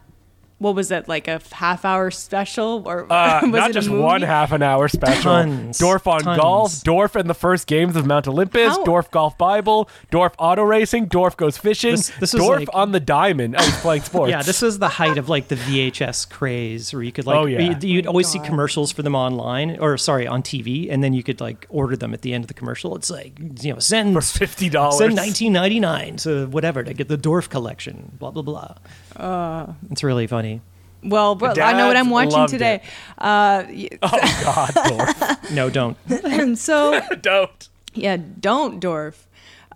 Speaker 1: What was it like a half hour special or
Speaker 2: Uh,
Speaker 1: was
Speaker 2: not
Speaker 1: it
Speaker 2: just
Speaker 1: a movie?
Speaker 2: one half an hour special.
Speaker 3: Tons.
Speaker 2: Dorf on
Speaker 3: Tons.
Speaker 2: golf, Dorf and the first games of Mount Olympus,
Speaker 1: How-
Speaker 2: Dorf golf Bible, Dorf auto racing, Dorf goes fishing,
Speaker 3: This- this is
Speaker 2: Dorf
Speaker 3: like-
Speaker 2: on the diamond. Oh, he's playing sports.
Speaker 3: Yeah, this was the height of like the VHS craze, where you could like
Speaker 2: Oh, yeah.
Speaker 3: you'd, you'd always see
Speaker 1: God.
Speaker 3: commercials for them online, or sorry, on TV, and then you could like order them at the end of the commercial. It's like you know, send
Speaker 2: for fifty dollars.
Speaker 3: send nineteen ninety nine to whatever to get the Dorf collection. Blah blah blah.
Speaker 1: Uh.
Speaker 3: it's really funny.
Speaker 1: Well, but I know what I'm
Speaker 2: Dads
Speaker 1: watching
Speaker 2: loved
Speaker 1: today. Uh, y-
Speaker 2: Oh God, Dorf,
Speaker 3: No, don't.
Speaker 1: and so
Speaker 2: don't.
Speaker 1: yeah, don't Dorf.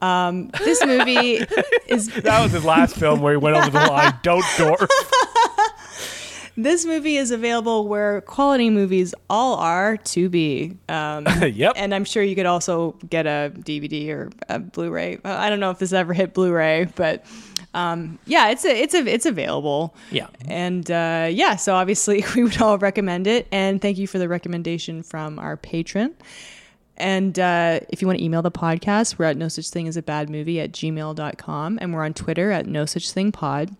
Speaker 1: Um, this movie is
Speaker 2: That was his last film where he went over the line. Don't Dorf.
Speaker 1: this movie is available where quality movies all are to be. Um,
Speaker 2: yep.
Speaker 1: and I'm sure you could also get a DVD or a Blu-ray. Uh, I don't know if this ever hit Blu-ray, but um, yeah, it's a, it's a, it's available.
Speaker 3: Yeah.
Speaker 1: And uh, yeah, so obviously we would all recommend it. And thank you for the recommendation from our patron. And uh, if you want to email the podcast, we're at no such thing as a bad movie at gmail.com. And we're on Twitter at no such thing pod.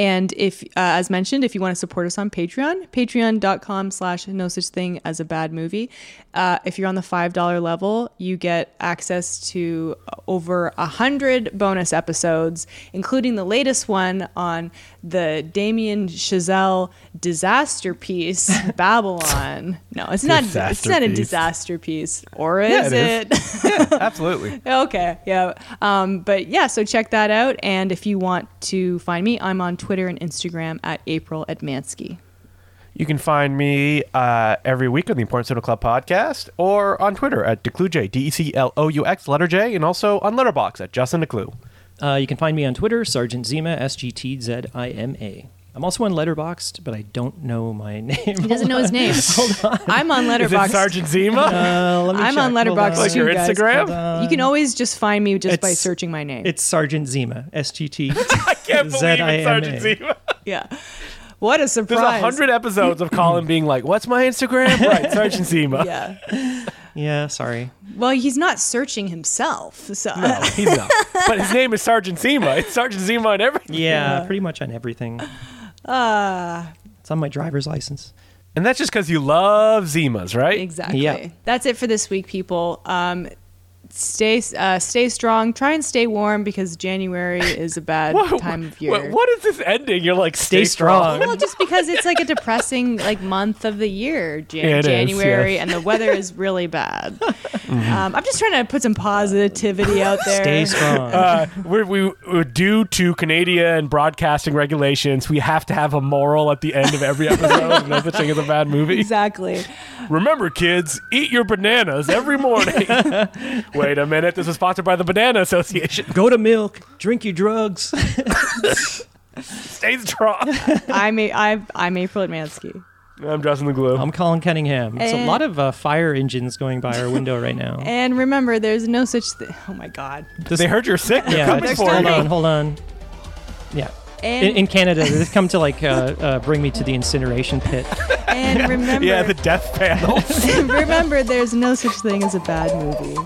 Speaker 1: And if, uh, as mentioned, if you want to support us on Patreon, patreon.com slash no such thing as a bad movie. Uh, if you're on the $5 level, you get access to over a hundred bonus episodes, including the latest one on the Damien Chazelle disaster piece, Babylon. No, it's not, it's
Speaker 2: Disaster
Speaker 1: not a
Speaker 2: piece.
Speaker 1: disaster piece. Or
Speaker 2: Yeah,
Speaker 1: is
Speaker 2: it
Speaker 1: it?
Speaker 2: Absolutely.
Speaker 1: okay yeah um, but yeah so check that out and if you want to find me i'm on twitter and instagram at april at mansky
Speaker 2: You can find me uh, every week on the Important Soda Club podcast or on Twitter at DeCluJ, D E C L O U X, letter J, and also on Letterbox at Justin DeClue.
Speaker 3: Uh, you can find me on Twitter, Sergeant Zima, S G T Z I M A. I'm also on Letterboxd, but I don't know my name.
Speaker 1: he doesn't know his name i'm on
Speaker 2: Is it
Speaker 1: letterbox
Speaker 2: Sergeant Zima?
Speaker 3: Uh, let me
Speaker 1: i'm on
Speaker 3: check. Hold
Speaker 1: letterbox
Speaker 3: on.
Speaker 2: Like your Instagram?
Speaker 1: you can always just find me just by
Speaker 3: It's-
Speaker 1: searching my name
Speaker 3: It's Sergeant Zima, S G T.
Speaker 2: I can't believe it's Sergeant Zima.
Speaker 1: yeah what a
Speaker 2: There's a
Speaker 1: surprise
Speaker 2: hundred episodes of Colin being like, "What's my Instagram?" Right, Sergeant Zima.
Speaker 1: yeah
Speaker 3: Yeah, sorry.
Speaker 1: well he's not searching himself so
Speaker 2: No, he's not. But his name is Sergeant Zima. It's Sergeant Zima on everything.
Speaker 3: Yeah, pretty much on everything.
Speaker 1: uh,
Speaker 3: It's on my driver's license.
Speaker 2: And that's just because you love Zimas, right?
Speaker 1: Exactly.
Speaker 3: Yeah.
Speaker 1: That's it for this week, people. Um, stay uh, stay strong. Try and stay warm because January is a bad
Speaker 2: Whoa,
Speaker 1: time of year.
Speaker 2: what- what is this ending? You're like, stay,
Speaker 3: Stay strong.
Speaker 1: Well, just because it's like a depressing like month of the year, Jan-
Speaker 2: It is,
Speaker 1: January,
Speaker 2: yes.
Speaker 1: and the weather is really bad. Um, I'm just trying to put some positivity out there.
Speaker 3: Stay strong.
Speaker 2: Uh, we're, we, we due to Canadian broadcasting regulations, we have to have a moral at the end of every episode. no such thing as a bad movie.
Speaker 1: Exactly.
Speaker 2: Remember, kids, eat your bananas every morning. Wait a minute, this was sponsored by the Banana Association.
Speaker 3: Go to milk. Drink your drugs.
Speaker 2: Stay strong.
Speaker 1: I'm a, I'm, I'm April Atmansky.
Speaker 2: I'm Justin the Glue.
Speaker 3: I'm Colin Cunningham. It's a
Speaker 1: And-
Speaker 3: lot of uh, fire engines going by our window right now.
Speaker 1: And remember, there's no such thing. Oh my God.
Speaker 3: Just-
Speaker 2: they heard you're sick. They're
Speaker 3: yeah,
Speaker 2: coming
Speaker 3: just
Speaker 2: for
Speaker 3: hold
Speaker 2: you.
Speaker 3: on, hold on. Yeah.
Speaker 1: And,
Speaker 3: In, in Canada, they've come to like uh, uh, bring me to the incineration pit.
Speaker 1: and remember,
Speaker 2: Yeah, the death panel.
Speaker 1: remember, there's no such thing as a bad movie.